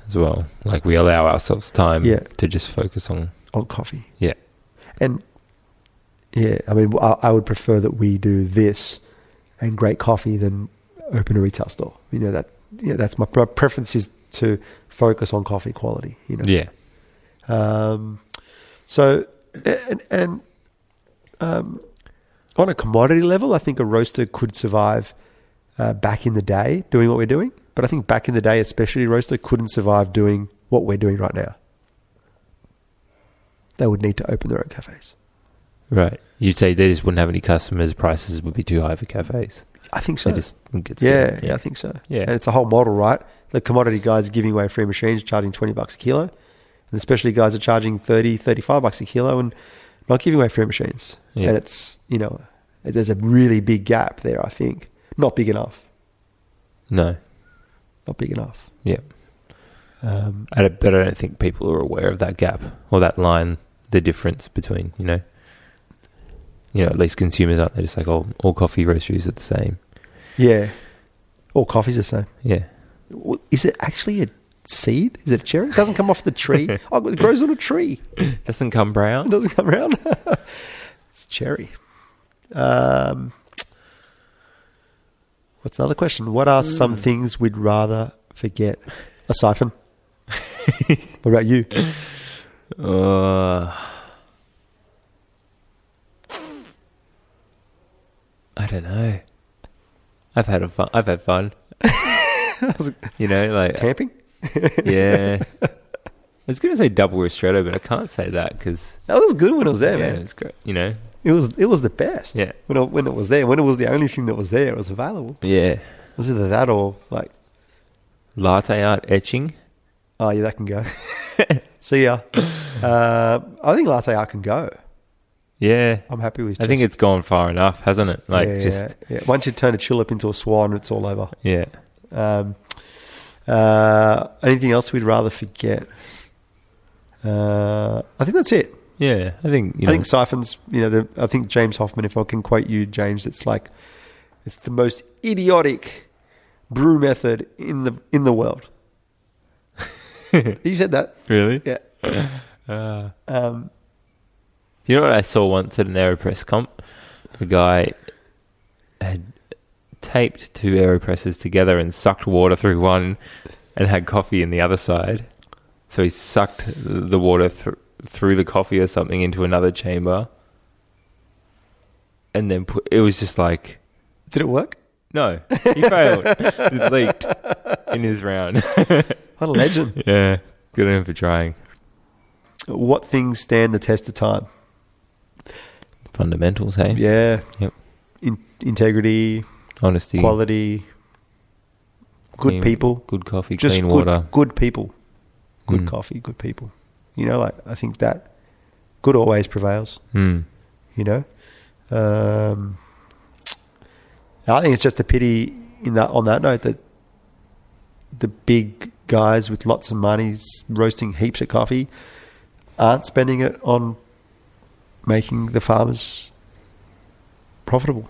Speaker 1: as well. Like we allow ourselves time
Speaker 2: Yeah.
Speaker 1: to just focus on.
Speaker 2: on coffee.
Speaker 1: Yeah.
Speaker 2: And yeah, I mean, I, I would prefer that we do this and great coffee than open a retail store. You know that. Yeah, that's my pre- preference is to focus on coffee quality. You know.
Speaker 1: Yeah,
Speaker 2: Um, so, and, and um, on a commodity level, I think a roaster could survive uh, back in the day doing what we're doing. But I think back in the day, a specialty roaster couldn't survive doing what we're doing right now. They would need to open their own cafes.
Speaker 1: right. You'd say they just wouldn't have any customers. Prices would be too high for cafes.
Speaker 2: I think so.
Speaker 1: They just get
Speaker 2: Uh, yeah,
Speaker 1: scared.
Speaker 2: yeah, I think so.
Speaker 1: Yeah.
Speaker 2: And it's a whole model, right? The commodity guys are giving away free machines, charging 20 bucks a kilo. And the specialty guys are charging 30, 35 bucks a kilo and not giving away free machines.
Speaker 1: Yeah.
Speaker 2: And it's, you know, there's a really big gap there, I think. Not big enough.
Speaker 1: No.
Speaker 2: Not big enough.
Speaker 1: Yeah.
Speaker 2: Um,
Speaker 1: I don't, but I don't think people are aware of that gap or that line, the difference between, you know, you know, at least consumers aren't. They're just like, oh, all coffee roasteries are the same.
Speaker 2: yeah. All coffee's the same.
Speaker 1: Yeah.
Speaker 2: Wh- Is it actually a seed? Is it a cherry? It doesn't come off the tree.
Speaker 1: [laughs]
Speaker 2: Oh, it grows on a tree.
Speaker 1: Doesn't come
Speaker 2: It
Speaker 1: brown.
Speaker 2: doesn't come around. [laughs] it's cherry. Um, what's another question? What are
Speaker 1: Mm.
Speaker 2: some things we'd rather forget?
Speaker 1: [laughs]
Speaker 2: A siphon. what about you?
Speaker 1: Uh, I don't know. I've had a fun. I've had fun. [laughs] you know, like
Speaker 2: Tamping?
Speaker 1: yeah. I was going to say double ristretto, but I can't say that because
Speaker 2: That was good when it was there,
Speaker 1: yeah,
Speaker 2: man.
Speaker 1: it's great. You know,
Speaker 2: It was it was the best.
Speaker 1: Yeah.
Speaker 2: When it, when it was there, when it was the only thing that was there, it was available.
Speaker 1: yeah.
Speaker 2: It was either that or like,
Speaker 1: Latte art etching.
Speaker 2: oh yeah, that
Speaker 1: [laughs]
Speaker 2: can go. See ya. Uh, I think latte art can go.
Speaker 1: Yeah,
Speaker 2: I'm happy with.
Speaker 1: I think
Speaker 2: just-
Speaker 1: it's gone far enough, hasn't it? Like
Speaker 2: yeah,
Speaker 1: just
Speaker 2: yeah, yeah. once you turn a tulip into a swan, it's all over.
Speaker 1: yeah.
Speaker 2: Um, uh, anything else we'd rather forget? Uh, I think that's it.
Speaker 1: Yeah, I think you
Speaker 2: I
Speaker 1: know.
Speaker 2: think siphons. You know, the, I think James Hoffman. If I can quote you, James, it's like it's the most idiotic brew method in the in
Speaker 1: [laughs]
Speaker 2: the world. he said that.
Speaker 1: Really?
Speaker 2: Yeah.
Speaker 1: [coughs] Uh,
Speaker 2: Um,
Speaker 1: You know what I saw once at an AeroPress comp? A guy had taped two AeroPresses together and sucked water through one and had coffee in the other side. So he sucked the water thr through the coffee or something into another chamber. And then put, it was just like,
Speaker 2: did it work?
Speaker 1: no, he failed. it leaked in his round.
Speaker 2: What a legend!
Speaker 1: [laughs] yeah. Good on him for trying.
Speaker 2: what things stand the test of time?
Speaker 1: Fundamentals, hey?
Speaker 2: Yeah.
Speaker 1: Yep.
Speaker 2: In- integrity,
Speaker 1: Honesty,
Speaker 2: quality, good
Speaker 1: Yeah.
Speaker 2: people.
Speaker 1: good coffee,
Speaker 2: just
Speaker 1: clean
Speaker 2: good,
Speaker 1: water.
Speaker 2: good people, good
Speaker 1: Mm.
Speaker 2: coffee, good people. You know, like I think that good always prevails.
Speaker 1: Mm.
Speaker 2: You know, um, I think it's just a pity in that on that note that the big guys with lots of money s- roasting heaps of coffee aren't spending it on making the farmers profitable.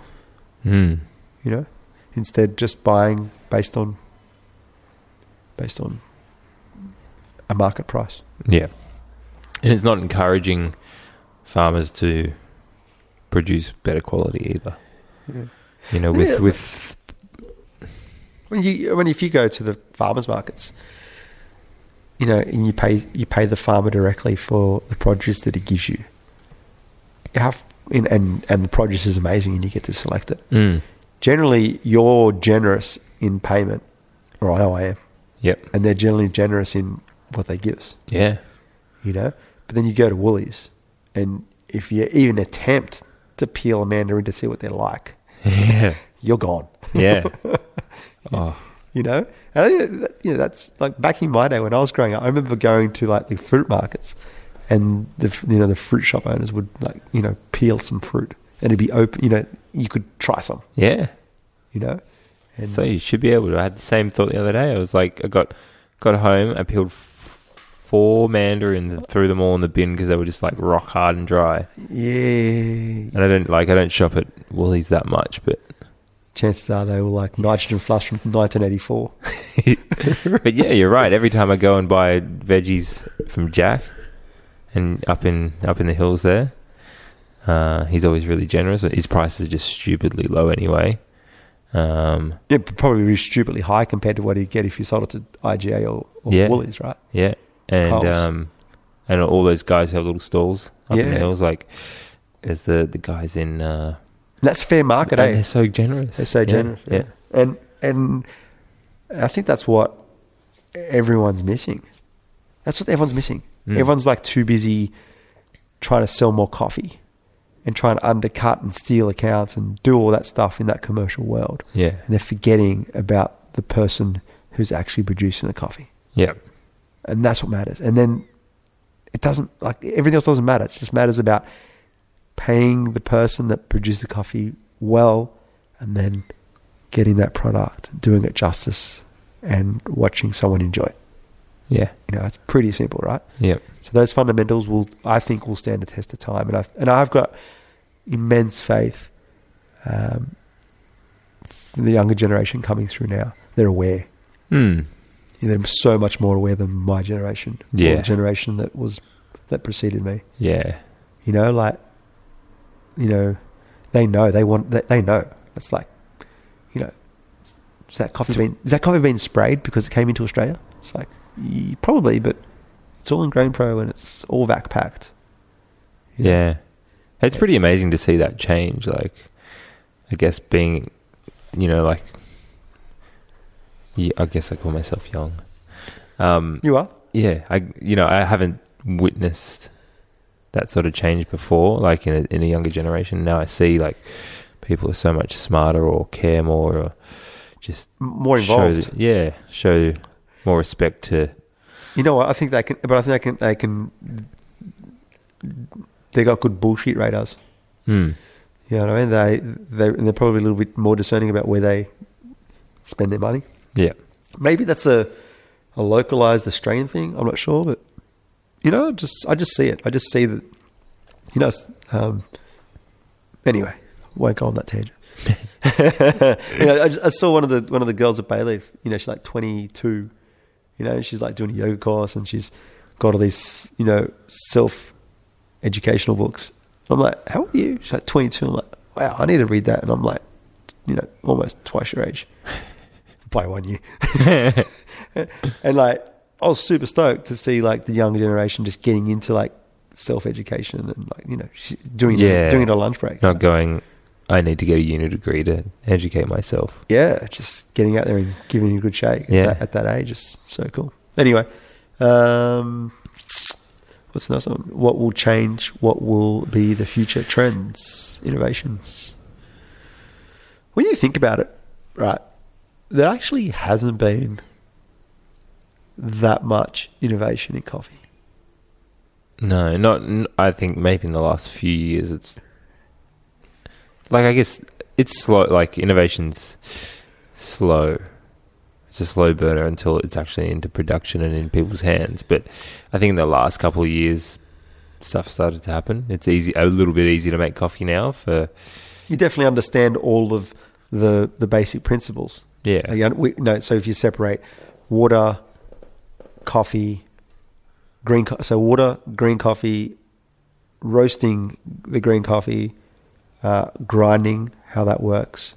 Speaker 1: Mm.
Speaker 2: You know, instead just buying based on based on a market price.
Speaker 1: Yeah. And it's not encouraging farmers to produce better quality either.
Speaker 2: Yeah.
Speaker 1: You know,
Speaker 2: Yeah.
Speaker 1: with with
Speaker 2: When you, I mean, if you go to the farmers markets, you know, and you pay you pay the farmer directly for the produce that he gives you. You have, and and, and the produce is amazing, and you get to select it.
Speaker 1: mm,
Speaker 2: Generally, you're generous in payment, or I know I am.
Speaker 1: Yep.
Speaker 2: And they're generally generous in what they give us.
Speaker 1: yeah,
Speaker 2: you know. But then you go to Woolies, and if you even attempt to peel a mandarin to see what they're like,
Speaker 1: [laughs] yeah,
Speaker 2: you're gone, [laughs]
Speaker 1: [laughs] yeah. oh,
Speaker 2: you know. And I think that, you know that's like back in my day when I was growing up, I remember going to like the fruit markets, and the f- you know the fruit shop owners would like you know peel some fruit, and it'd be open, you know, you could try some,
Speaker 1: yeah.
Speaker 2: you know. And
Speaker 1: So you should be able to. I had the same thought the other day. I was like, I got got home. I peeled f- four mandarins and threw them all in the bin because they were just like rock hard and dry.
Speaker 2: yeah,
Speaker 1: And I don't like. I don't shop at Woolies that much, but
Speaker 2: chances are they were like nitrogen flush from 1984.
Speaker 1: but yeah, you're right. Every time I go and buy veggies from Jack, and up in up in the hills there, uh, he's always really generous. His prices are just stupidly low anyway. Um,
Speaker 2: Yeah, probably really stupidly high compared to what he'd get if you sold it to IGA or, or
Speaker 1: Yeah.
Speaker 2: Woolies, right?
Speaker 1: yeah, and
Speaker 2: Coles.
Speaker 1: um, and all those guys have little stalls up in
Speaker 2: Yeah.
Speaker 1: the hills. Like there's the the guys in, uh,
Speaker 2: And that's fair market,
Speaker 1: and
Speaker 2: eh?
Speaker 1: they're so generous.
Speaker 2: They're so
Speaker 1: Yeah,
Speaker 2: generous.
Speaker 1: Yeah,
Speaker 2: And and I think that's what everyone's missing. That's what everyone's missing.
Speaker 1: Mm.
Speaker 2: Everyone's like too busy trying to sell more coffee and trying to undercut and steal accounts and do all that stuff in that commercial world.
Speaker 1: yeah,
Speaker 2: And they're forgetting about the person who's actually producing the coffee.
Speaker 1: yeah.
Speaker 2: And that's what matters. And then it doesn't like everything else doesn't matter. It just matters about paying the person that produced the coffee well and then getting that product, doing it justice, and watching someone enjoy it.
Speaker 1: Yeah.
Speaker 2: You know, it's pretty simple, right?
Speaker 1: Yep.
Speaker 2: So those fundamentals will, I think, will stand the test of time, and I and I've got immense faith um, in the younger generation coming through now. They're aware.
Speaker 1: Hmm.
Speaker 2: They're so much more aware than my generation, or
Speaker 1: Yeah.
Speaker 2: the generation that was that preceded me.
Speaker 1: Yeah.
Speaker 2: You know, like, you know, they know they want. They, they know. It's like, you know, is- is that coffee bean? Is that coffee bean sprayed because it came into Australia? It's like y- probably, but it's all in grain pro and it's all vac packed. you know?
Speaker 1: Yeah. It's pretty amazing to see that change. Like, I guess being, you know, like, yeah, I guess I call myself young. Um,
Speaker 2: You are.
Speaker 1: yeah, I, you know, I haven't witnessed that sort of change before, like in a, in a younger generation. Now I see like people are so much smarter or care more or just
Speaker 2: M- more
Speaker 1: show,
Speaker 2: involved.
Speaker 1: yeah, show more respect to,
Speaker 2: You know what? I think they can, but I think they can. They can. They got good bullshit radars.
Speaker 1: Hmm.
Speaker 2: You know what I mean? They they they're probably a little bit more discerning about where they spend their money.
Speaker 1: yeah,
Speaker 2: Maybe that's a a localized Australian thing. I'm not sure, but you know, just I just see it. I just see that. You know. it's, Um, anyway, won't go on that tangent. [laughs] you know, I, just, I saw one of the one of the girls at Bayleaf. You know, she's like 22. You know, she's like doing a yoga course, and she's got all these you know self educational books. I'm like, how old are you? She's like 22. I'm like, wow, I need to read that. And I'm like, you know, almost twice your age [laughs] by one year. [laughs] and like, I was super stoked to see like the younger generation just getting into like self education and like you know she- doing
Speaker 1: Yeah.
Speaker 2: it, doing it on lunch break.
Speaker 1: not going. I need to get a uni degree to educate myself.
Speaker 2: yeah, just getting out there and giving it a good shake
Speaker 1: Yeah.
Speaker 2: at, that, at that age is so cool. Anyway, um, what's the next one? What will change? What will be the future trends, innovations? When you think about it, right, there actually hasn't been that much innovation in coffee.
Speaker 1: No, not. n- I think maybe in the last few years, it's like I guess it's slow. Like innovation's slow. It's a slow burner until it's actually into production and in people's hands. But I think in the last couple of years, stuff started to happen. It's easy, a little bit easier to make coffee now. For
Speaker 2: You definitely understand all of the the basic principles.
Speaker 1: yeah,
Speaker 2: Like, we, no, so if you separate water, coffee, green co- so water, green coffee, roasting the green coffee, uh, grinding, how that works,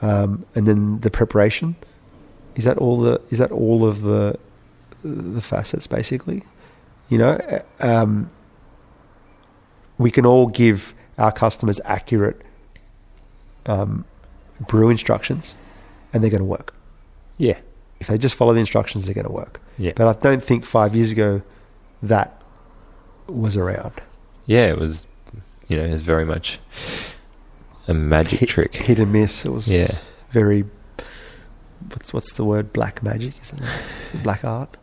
Speaker 2: um, and then the preparation. Is that all the? Is that all of the the facets basically? You know, Uh, um, we can all give our customers accurate um, brew instructions, and they're going to work
Speaker 1: yeah,
Speaker 2: if they just follow the instructions, they're going to work.
Speaker 1: yeah,
Speaker 2: But I don't think five years ago that was around.
Speaker 1: yeah. It was, you know, it was very much a magic
Speaker 2: hit,
Speaker 1: trick.
Speaker 2: hit and miss. It was
Speaker 1: Yeah.
Speaker 2: very what's what's the word? Black magic, isn't it? Black art.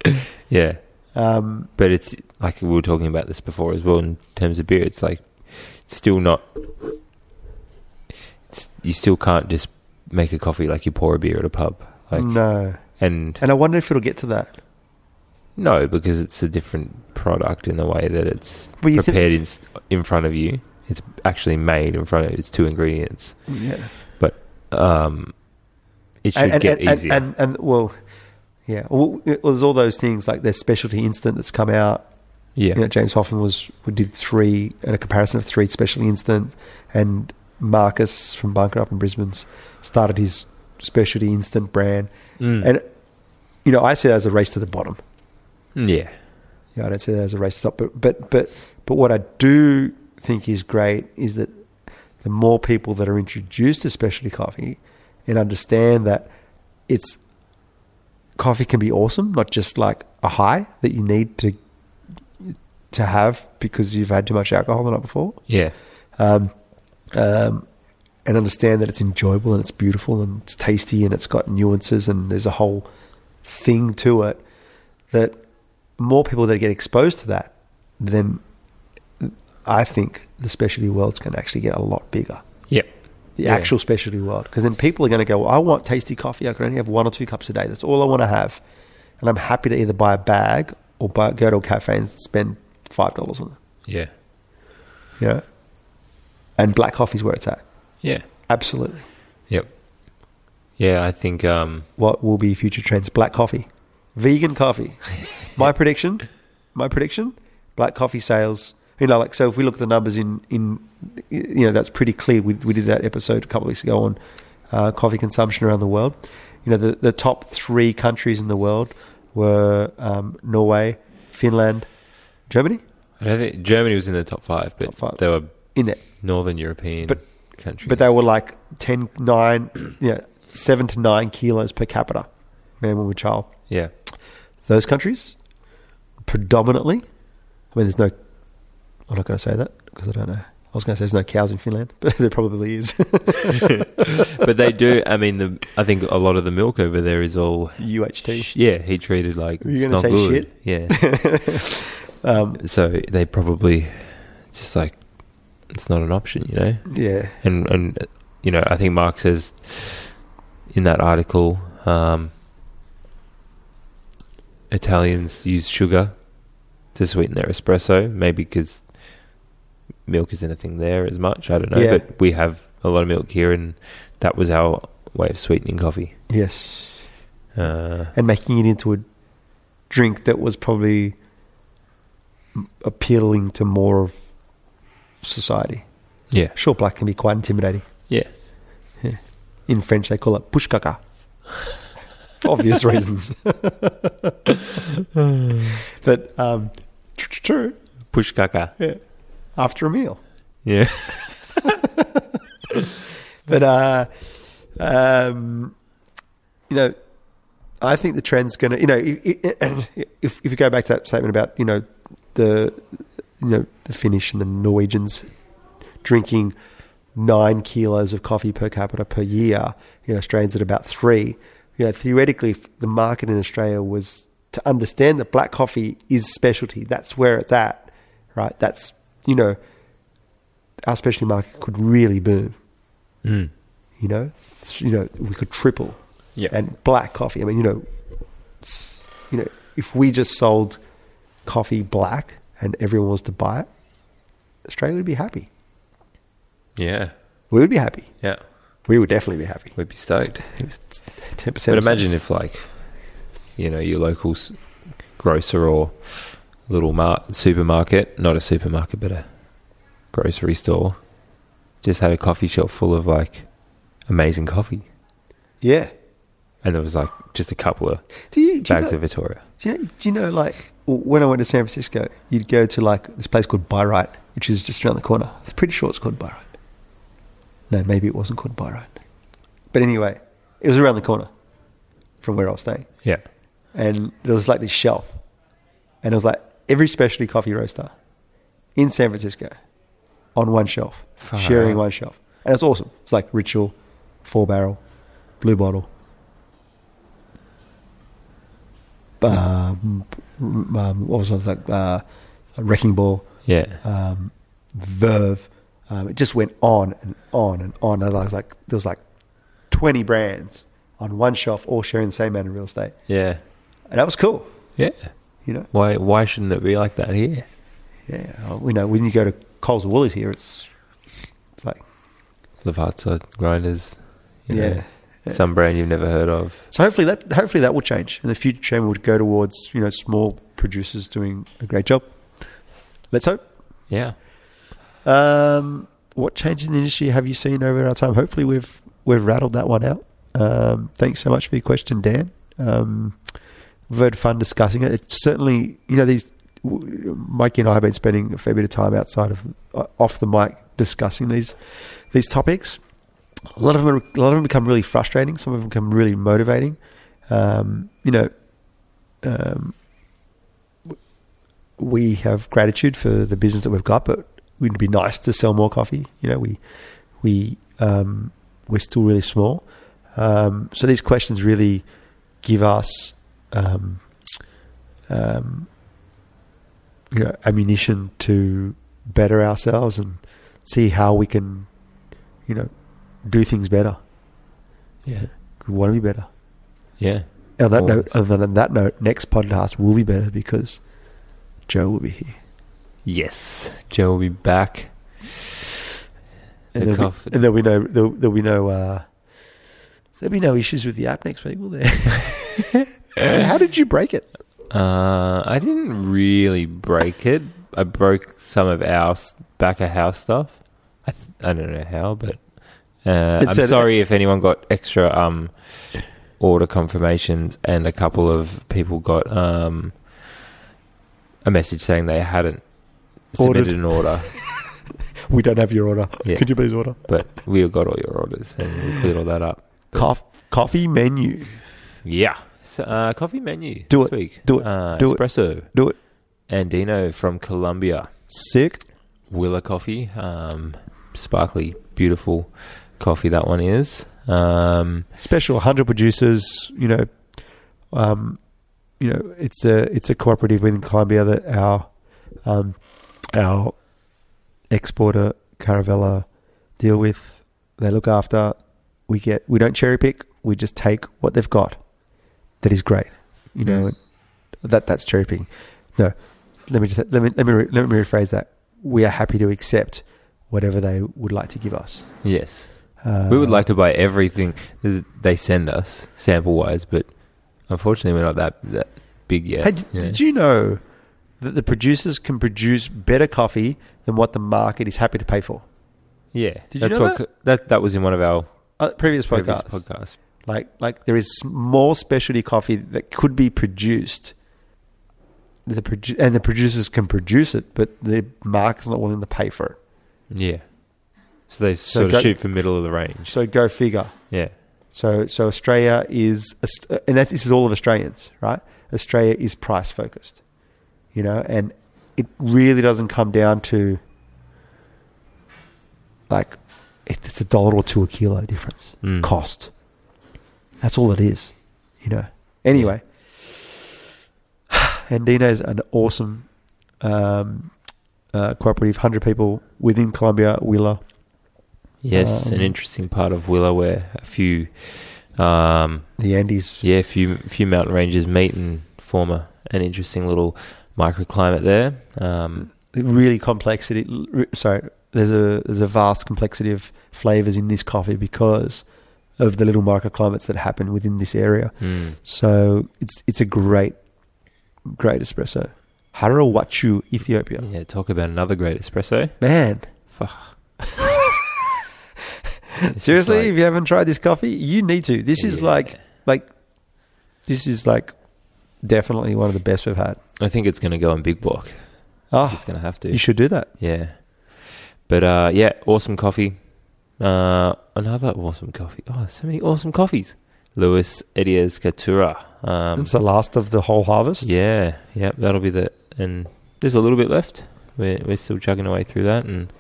Speaker 1: Yeah.
Speaker 2: Um,
Speaker 1: but it's like we were talking about this before as well in terms of beer it's like it's still not it's, you still can't just make a coffee like you pour a beer at a pub like
Speaker 2: no,
Speaker 1: and
Speaker 2: and I wonder if it'll get to that.
Speaker 1: no because it's a different product in the way that it's
Speaker 2: Well, you
Speaker 1: prepared in, s- in front of you it's actually made in front of you it's two ingredients
Speaker 2: Think, yeah.
Speaker 1: um it should
Speaker 2: and, and,
Speaker 1: get
Speaker 2: and,
Speaker 1: easier
Speaker 2: And, and, and well, yeah. Well, it- well, there's all those things like their specialty instant that's come out.
Speaker 1: yeah
Speaker 2: You know, James Hoffman was we did three and a comparison of three special instants, and Marcus from Bunker up in Brisbane's started his specialty instant brand.
Speaker 1: Mm.
Speaker 2: And you know, I see that as a race to the bottom.
Speaker 1: Mm, yeah
Speaker 2: You know, I don't see that as a race to the top. But but but but what I do think is great is that the more people that are introduced to specialty coffee and understand that it's coffee can be awesome, not just like a high that you need to to have because you've had too much alcohol the night before.
Speaker 1: yeah
Speaker 2: Um, um, and understand that it's enjoyable and it's beautiful and it's tasty and it's got nuances and there's a whole thing to it. That more people that get exposed to that, then I think the specialty world's going to actually get a lot bigger.
Speaker 1: yeah
Speaker 2: the
Speaker 1: Yeah.
Speaker 2: actual specialty world. Because then people are going to go, well, I want tasty coffee. I can only have one or two cups a day. That's all I want to have. And I'm happy to either buy a bag or buy, go to a cafe and spend $5 on it.
Speaker 1: Yeah.
Speaker 2: You know? And black coffee's where it's at.
Speaker 1: Yeah.
Speaker 2: Absolutely.
Speaker 1: Yep. Yeah, I think um
Speaker 2: What will be future trends? Black coffee, vegan coffee. my prediction, my prediction, black coffee sales. You know, like so, if we look at the numbers in in you know that's pretty clear. We we did that episode a couple of weeks ago on uh, coffee consumption around the world. You know, the the top three countries in the world were um, Norway, Finland, Germany.
Speaker 1: I don't think Germany was in the top five, but
Speaker 2: Top five.
Speaker 1: they were
Speaker 2: In there,
Speaker 1: northern European
Speaker 2: But-
Speaker 1: countries.
Speaker 2: but they were like 10, [clears throat] 9, you know, seven to nine kilos per capita, man, woman, child.
Speaker 1: yeah.
Speaker 2: those countries predominantly. I mean, there's no. I'm not going to say that because I don't know. I was going to say there's no cows in Finland, [laughs] but there probably is. [laughs]
Speaker 1: But they do I mean the I think a lot of the milk over there is all
Speaker 2: UHT.
Speaker 1: yeah, he treated like
Speaker 2: Were you
Speaker 1: it's
Speaker 2: gonna
Speaker 1: not
Speaker 2: say
Speaker 1: good. Yeah.
Speaker 2: Um,
Speaker 1: so they probably just like it's not an option, you know?
Speaker 2: [laughs] yeah.
Speaker 1: and and uh, you know I think Mark says in that article um, Italians use sugar to sweeten their espresso maybe because milk isn't a thing there as much I don't know
Speaker 2: Yeah.
Speaker 1: but we have a lot of milk here and that was our way of sweetening coffee
Speaker 2: Yes.
Speaker 1: uh,
Speaker 2: And making it into a drink that was probably m- appealing to more of society.
Speaker 1: yeah
Speaker 2: Sure, black can be quite intimidating.
Speaker 1: Yeah.
Speaker 2: Yeah. In French, they call it pushkaka. For obvious reasons. [laughs] but um, tr- tr- true.
Speaker 1: push caca
Speaker 2: Yeah. After a meal.
Speaker 1: yeah
Speaker 2: But, uh, um, you know, I think the trend's going to, you know, i- [clears throat] i- if, if you go back to that statement about, you know, the, you know, the Finnish and the Norwegians drinking nine kilos of coffee per capita per year, you know, Australians at about three, you know, theoretically, if the market in Australia was to understand that black coffee is specialty. That's where it's at, right? That's, you know, our specialty market could really boom.
Speaker 1: Mm.
Speaker 2: you know, th- you know, we could triple.
Speaker 1: Yeah.
Speaker 2: And black coffee. I mean, you know, it's, you know, if we just sold coffee black and everyone was to buy it, Australia would be happy.
Speaker 1: yeah
Speaker 2: We would be happy.
Speaker 1: yeah
Speaker 2: We would definitely be happy. [laughs]
Speaker 1: we'd be stoked
Speaker 2: Ten percent.
Speaker 1: But imagine if, like, you know, your local s- grocer or little mar- supermarket, not a supermarket, but a grocery store, just had a coffee shop full of like amazing coffee.
Speaker 2: yeah.
Speaker 1: And there was like just a couple of
Speaker 2: Do you do you, know,
Speaker 1: bags of Vittoria.
Speaker 2: do you know? Do you know? Like w- when I went to San Francisco, you'd go to like this place called Byright, which is just around the corner. I'm pretty sure it's called Byright. No, maybe it wasn't called Byright. But anyway, it was around the corner from where I was staying.
Speaker 1: Yeah.
Speaker 2: and there was like this shelf, and it was like every specialty coffee roaster in San Francisco on one shelf,
Speaker 1: Far
Speaker 2: sharing
Speaker 1: out.
Speaker 2: one shelf, and it's awesome. It's like Ritual, Four Barrel, Blue Bottle, um, um, what was it like uh, Wrecking Ball,
Speaker 1: Yeah.
Speaker 2: um, Verve. Um, it just went on and on and on. And I was like, there was like twenty brands on one shelf, all sharing the same amount of real estate,
Speaker 1: Yeah.
Speaker 2: and that was cool.
Speaker 1: Yeah.
Speaker 2: You know,
Speaker 1: Why, why shouldn't it be like that here?
Speaker 2: yeah, well, you know, when you go to Coles or Woolies here, it's, it's like,
Speaker 1: Lavazza grinders, you know,
Speaker 2: yeah. yeah.
Speaker 1: some brand you've never heard of.
Speaker 2: So hopefully that hopefully that will change, and the future trend would go towards you know small producers doing a great job. Let's hope.
Speaker 1: Yeah.
Speaker 2: Um, what changes in the industry have you seen over our time? Hopefully we've we've rattled that one out. Um, thanks so much for your question, Dan. Um, we've had fun discussing it. It's certainly you know these w- Mikey and I have been spending a fair bit of time outside of uh, off the mic discussing these these topics. A lot of them are, a lot of them become really frustrating. Some of them become really motivating. Um, you know. Um, w- we have gratitude for the business that we've got, but it would be nice to sell more coffee. You know, we we um, we're still really small, um, so these questions really give us, um, um, you know, ammunition to better ourselves and see how we can, you know, do things better.
Speaker 1: Yeah.
Speaker 2: We want to be better.
Speaker 1: Yeah.
Speaker 2: On that
Speaker 1: Always.
Speaker 2: note, other than that note, next podcast will be better because Joe will be here.
Speaker 1: Yes. Joe will be back.
Speaker 2: And,
Speaker 1: The
Speaker 2: there'll,
Speaker 1: cough-
Speaker 2: be, and there'll be no there'll, there'll be no uh, there'll be no issues with the app next week, will there? [laughs] How did you break it?
Speaker 1: Uh, I didn't really break it. I broke some of our s- back of house stuff. I th- I don't know how, but uh,
Speaker 2: It
Speaker 1: I'm
Speaker 2: said-
Speaker 1: sorry if anyone got extra um order confirmations and a couple of people got um a message saying they hadn't submitted
Speaker 2: Ordered.
Speaker 1: an order,
Speaker 2: We don't have your order.
Speaker 1: Yeah.
Speaker 2: Could you please order?
Speaker 1: but we got all your orders and we cleared all that up.
Speaker 2: Coff, coffee menu.
Speaker 1: Yeah. So, uh, coffee menu
Speaker 2: Do
Speaker 1: this
Speaker 2: it.
Speaker 1: week.
Speaker 2: Do it.
Speaker 1: Uh,
Speaker 2: Do it.
Speaker 1: espresso.
Speaker 2: Do it.
Speaker 1: Andino from Colombia.
Speaker 2: Sick.
Speaker 1: Willa coffee, um, sparkly, beautiful coffee that one is. Um,
Speaker 2: Special hundred producers, you know, um, you know, it's a it's a cooperative within Colombia that our um, our exporter Caravella deal with. They look after. We get we don't cherry pick. We just take what they've got. That is great, you know.
Speaker 1: Mm.
Speaker 2: That that's cherry picking. No, let me just let me let me re, let me rephrase that. We are happy to accept whatever they would like to give us.
Speaker 1: yes,
Speaker 2: Uh,
Speaker 1: we would like to buy everything th- they send us sample wise, but unfortunately, we're not that that big yet.
Speaker 2: Hey, d-
Speaker 1: Yeah.
Speaker 2: did you know that the producers can produce better coffee than what the market is happy to pay for?
Speaker 1: Yeah,
Speaker 2: Did you
Speaker 1: that's
Speaker 2: know
Speaker 1: what co- that that was in one of our
Speaker 2: Uh, previous
Speaker 1: previous
Speaker 2: podcast,
Speaker 1: podcasts.
Speaker 2: like like there is more specialty coffee that could be produced. The produ- and the producers can produce it, but the market's not willing to pay for it.
Speaker 1: Yeah, so they
Speaker 2: So
Speaker 1: sort
Speaker 2: go-
Speaker 1: of shoot for middle of the range.
Speaker 2: So go figure.
Speaker 1: Yeah,
Speaker 2: So so Australia is and that, this is all of Australians, right? Australia is price focused, you know, and it really doesn't come down to like it, it's a dollar or two a kilo difference
Speaker 1: Mm.
Speaker 2: cost. That's all it is, you know. Anyway, [sighs] and Dino's an awesome um, uh, cooperative, hundred people within Colombia, Willa.
Speaker 1: yes,
Speaker 2: Um,
Speaker 1: an interesting part of Willa where a few um,
Speaker 2: The Andes
Speaker 1: Yeah, few few mountain ranges meet and form a, an interesting little microclimate there. Um,
Speaker 2: really complexity. r- Sorry, there's a there's a vast complexity of flavors in this coffee because of the little microclimates that happen within this area.
Speaker 1: mm,
Speaker 2: So it's it's a great, great espresso. Harawachu, Ethiopia.
Speaker 1: yeah, talk about another great espresso.
Speaker 2: Man,
Speaker 1: This is
Speaker 2: seriously,
Speaker 1: like-
Speaker 2: if you haven't tried this coffee, you need to. This is
Speaker 1: Yeah.
Speaker 2: like like this is like definitely one of the best we've had.
Speaker 1: I think it's going to go in big block.
Speaker 2: Ah,
Speaker 1: It's going to have to.
Speaker 2: you should do that.
Speaker 1: Yeah, but uh, yeah, awesome coffee. Uh, another awesome coffee. Oh, there's so many awesome coffees. Luis Edias Catura. Um,
Speaker 2: it's the last of the whole harvest.
Speaker 1: Yeah, yeah, that'll be the and there's a little bit left. We're we're still chugging away through that and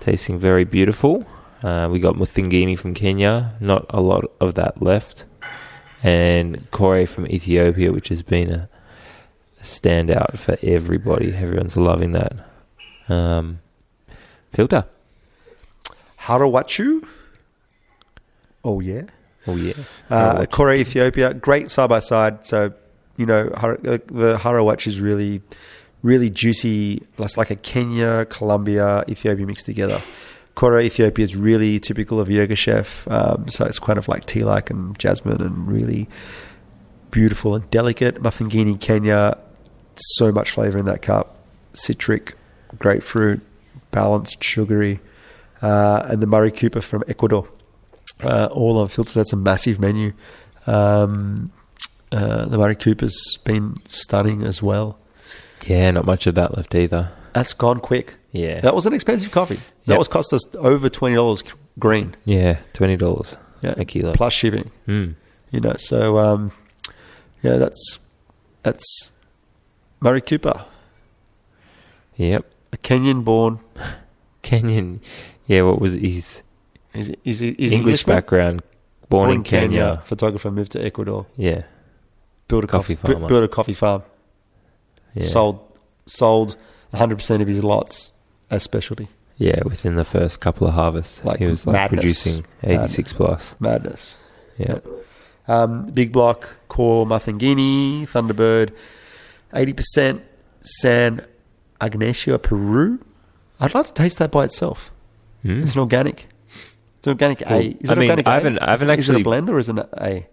Speaker 1: tasting very beautiful. Uh, we got Muthingini from Kenya, not a lot of that left, and Kore from Ethiopia, which has been a, a standout for everybody. Everyone's loving that um, filter.
Speaker 2: Harawachu. Oh yeah.
Speaker 1: Oh yeah,
Speaker 2: Uh,
Speaker 1: Harawatch.
Speaker 2: Kore Ethiopia, great side by side. So, you know, Har- uh, the Harawatch is really, really juicy. It's like a Kenya, Colombia, Ethiopia mixed together. Kore Ethiopia is really typical of Yoga Chef. Um, so it's kind of like tea like and jasmine and really beautiful and delicate. Mafingini, Kenya, so much flavor in that cup. Citric, grapefruit, balanced, sugary. Uh, and the Murray Cooper from Ecuador uh, all on filters. That's a massive menu. Um, uh, the Murray Cooper's been stunning as well.
Speaker 1: yeah, not much of that left either.
Speaker 2: That's gone quick.
Speaker 1: Yeah,
Speaker 2: That was an expensive coffee. That
Speaker 1: Yep.
Speaker 2: was cost us over twenty dollars green.
Speaker 1: yeah, twenty dollars
Speaker 2: Yeah,
Speaker 1: a kilo.
Speaker 2: plus shipping.
Speaker 1: Mm.
Speaker 2: You know, so um, yeah, that's that's Murray Cooper,
Speaker 1: Yep,
Speaker 2: a Kenyan-born.
Speaker 1: Kenyan. Yeah, what was his?
Speaker 2: Is is, is
Speaker 1: English background, born, in Kenya.
Speaker 2: Photographer moved to Ecuador.
Speaker 1: Yeah,
Speaker 2: Built a
Speaker 1: Coffee
Speaker 2: coffee,
Speaker 1: farmer.
Speaker 2: farm. Built a coffee farm.
Speaker 1: yeah,
Speaker 2: Sold sold 100% of his lots as specialty.
Speaker 1: Yeah, within the first couple of harvests,
Speaker 2: Like
Speaker 1: he was like
Speaker 2: madness.
Speaker 1: producing eighty six plus.
Speaker 2: Madness.
Speaker 1: Yeah,
Speaker 2: Um, big block, core, Mathangini, Thunderbird, 80% San Agnesio, Peru. I'd like to taste that by itself.
Speaker 1: Hmm.
Speaker 2: It's an organic. It's an organic
Speaker 1: Well,
Speaker 2: A. Is
Speaker 1: I
Speaker 2: it
Speaker 1: mean,
Speaker 2: organic
Speaker 1: I haven't-
Speaker 2: A?
Speaker 1: I haven't
Speaker 2: Is it- Is it
Speaker 1: actually-
Speaker 2: a blend or is it an A?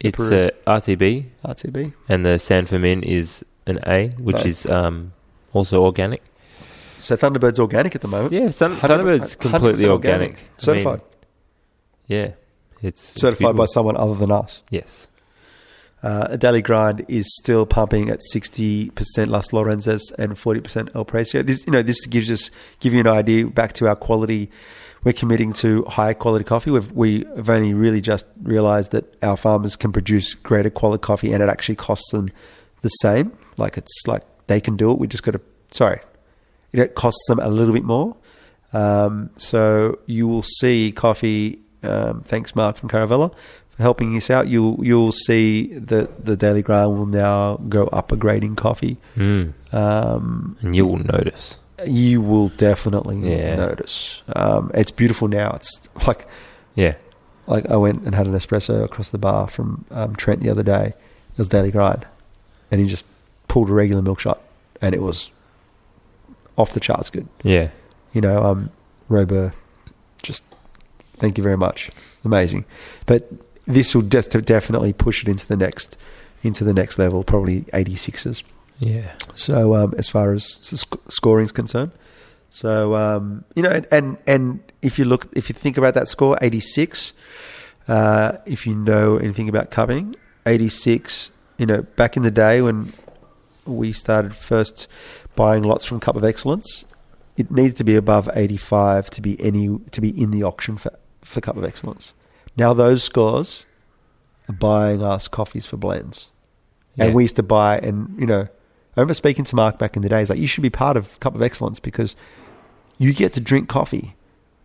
Speaker 1: it's uh,
Speaker 2: Peru.
Speaker 1: a RTB,
Speaker 2: RTB?
Speaker 1: and the San Fermin is an A, which
Speaker 2: Right.
Speaker 1: is um, also organic.
Speaker 2: So Thunderbird's organic at the moment.
Speaker 1: Yeah, Sun,
Speaker 2: 100%
Speaker 1: Thunderbird's completely
Speaker 2: 100%
Speaker 1: organic. I mean,
Speaker 2: Certified.
Speaker 1: yeah, it's it's
Speaker 2: Certified by
Speaker 1: beautiful.
Speaker 2: someone other than us.
Speaker 1: yes.
Speaker 2: Uh, a Daily Grind is still pumping at 60% Las Lorenzas and 40% El Precio. This, you know, this gives us, give you an idea back to our quality. We're committing to higher quality coffee. We've, we've only really just realized that our farmers can produce greater quality coffee and it actually costs them the same. Like it's like they can do it. We just got to, sorry, it costs them a little bit more. Um, so you will see coffee. Um, thanks, Mark from Caravella, for helping us out. You'll you'll see that the Daily Grind will now go up a grade in coffee.
Speaker 1: Mm.
Speaker 2: Um,
Speaker 1: And you will notice.
Speaker 2: you will definitely
Speaker 1: Yeah.
Speaker 2: notice. Um, it's beautiful now. It's like
Speaker 1: Yeah,
Speaker 2: like I went and had an espresso across the bar from um, Trent the other day. It was Daily Grind, and he just pulled a regular milk shot, and it was off the charts good.
Speaker 1: yeah.
Speaker 2: you know, um, Rober, just thank you very much. Amazing. But this will just definitely push it into the next, into the next level, probably 86s.
Speaker 1: Yeah.
Speaker 2: So, um, as far as sc- scoring's concerned, so, um, you know, and, and, and if you look, if you think about that score, 86, uh, if you know anything about cupping, 86, you know, back in the day when we started first buying lots from Cup of Excellence, it needed to be above 85 to be any to be in the auction for, for Cup of Excellence. Now those scores are buying us coffees for blends.
Speaker 1: Yeah.
Speaker 2: And we used to buy and you know, I remember speaking to Mark back in the days like you should be part of Cup of Excellence because you get to drink coffee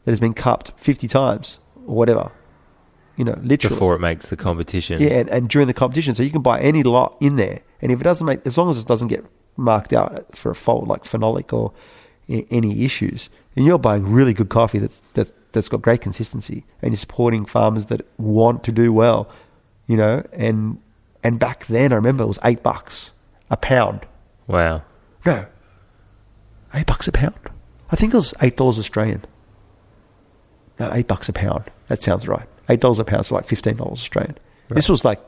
Speaker 2: that has been cupped 50 times or whatever. You know, literally.
Speaker 1: Before it makes the competition.
Speaker 2: Yeah, and, and during the competition, so you can buy any lot in there, and if it doesn't make, as long as it doesn't get marked out for a fault like phenolic or a- any issues, then you're buying really good coffee that's that that's got great consistency, and you're supporting farmers that want to do well, you know, and and back then I remember it was eight bucks a pound.
Speaker 1: Wow.
Speaker 2: No, eight bucks a pound. I think it was eight dollars Australian. No, eight bucks a pound. That sounds right. Eight dollars a pound, so like fifteen dollars Australian. This
Speaker 1: Right.
Speaker 2: was like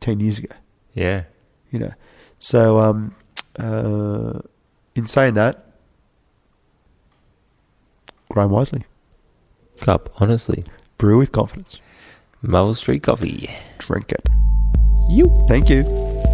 Speaker 2: ten years ago,
Speaker 1: Yeah.
Speaker 2: you know. So, um, uh, in saying that, grind wisely,
Speaker 1: Cup, honestly.
Speaker 2: brew with confidence,
Speaker 1: Marvel Street Coffee.
Speaker 2: drink it.
Speaker 1: You.
Speaker 2: Thank you.